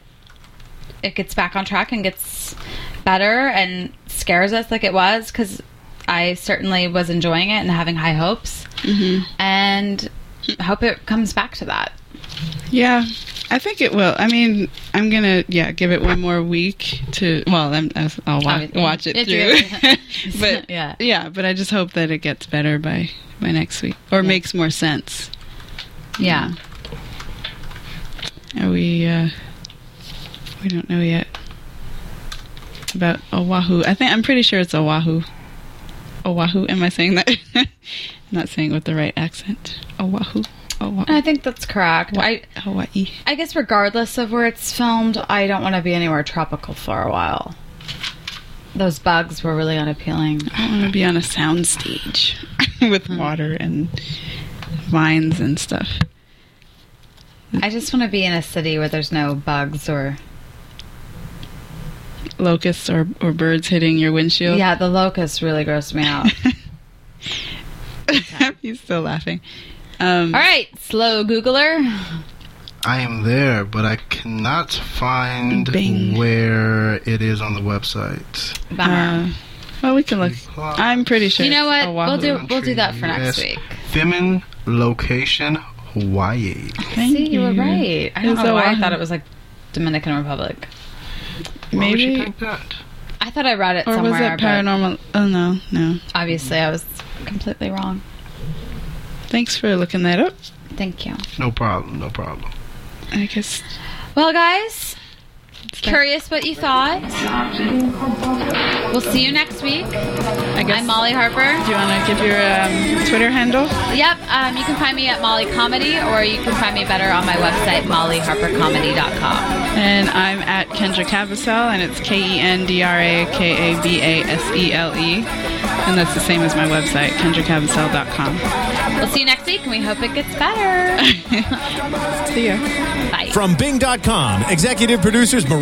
Speaker 3: it gets back on track and gets better and scares us like it was because I certainly was enjoying it and having high hopes
Speaker 4: Mm-hmm.
Speaker 3: and hope it comes back to that.
Speaker 4: Yeah, I think it will. I mean, I'm gonna yeah give it one more week to. Well, I'm, I'll watch,
Speaker 3: Oh,
Speaker 4: watch it
Speaker 3: it's
Speaker 4: through.
Speaker 3: really-
Speaker 4: but
Speaker 3: Yeah.
Speaker 4: yeah, but I just hope that it gets better by by next week or makes more sense.
Speaker 3: Yeah.
Speaker 4: Are we? Uh, we don't know yet about Oahu. I think I'm pretty sure it's Oahu. Oahu. Am I saying that? I'm not saying it with the right accent. Oahu. Oahu.
Speaker 3: I think that's correct. I,
Speaker 4: Hawaii.
Speaker 3: I guess regardless of where it's filmed, I don't want to be anywhere tropical for a while. Those bugs were really unappealing.
Speaker 4: I want to be on a soundstage with
Speaker 3: Hmm.
Speaker 4: water and vines and stuff.
Speaker 3: I just want to be in a city where there's no bugs or
Speaker 4: Locusts or, or birds hitting your windshield.
Speaker 3: yeah, the locusts really grossed me out.
Speaker 4: He's still laughing. Um,
Speaker 3: All right, slow Googler.
Speaker 1: I am there, but I cannot find
Speaker 4: Bing.
Speaker 1: where it is on the website.
Speaker 3: Bummer.
Speaker 4: uh, well, we can look. I'm pretty sure.
Speaker 3: you know
Speaker 4: it's
Speaker 3: what? We'll
Speaker 4: Oahu.
Speaker 3: do we'll do that for next
Speaker 1: Yes.
Speaker 3: week.
Speaker 1: Femin location Hawaii.
Speaker 4: Thank
Speaker 3: See, you were right. I don't
Speaker 4: It's
Speaker 3: know why I
Speaker 4: Oahu.
Speaker 3: thought it was like Dominican Republic.
Speaker 1: Why would you
Speaker 4: Maybe.
Speaker 1: think that?
Speaker 3: I thought I read it
Speaker 4: Or was
Speaker 3: somewhere.
Speaker 4: it
Speaker 3: but
Speaker 4: paranormal? Oh no, no.
Speaker 3: Obviously, I was completely wrong.
Speaker 4: Thanks for looking that up.
Speaker 3: Thank you.
Speaker 1: No problem. No problem.
Speaker 4: I guess
Speaker 3: Well, guys, curious what you thought. We'll see you next week.
Speaker 4: I guess.
Speaker 3: I'm Molly Harper.
Speaker 4: Do you want to give your um, Twitter handle?
Speaker 3: Yep, um, you can find me at Molly Comedy, or you can find me better on my website, mollyharpercomedy.com.
Speaker 4: And I'm at Kendra Cabasel, and it's K E N D R A K A B A S E L E. And that's the same as my website, kendracabasel.com.
Speaker 3: We'll see you next week, and we hope it gets better.
Speaker 4: See ya.
Speaker 3: Bye.
Speaker 7: From Bing.com, executive producers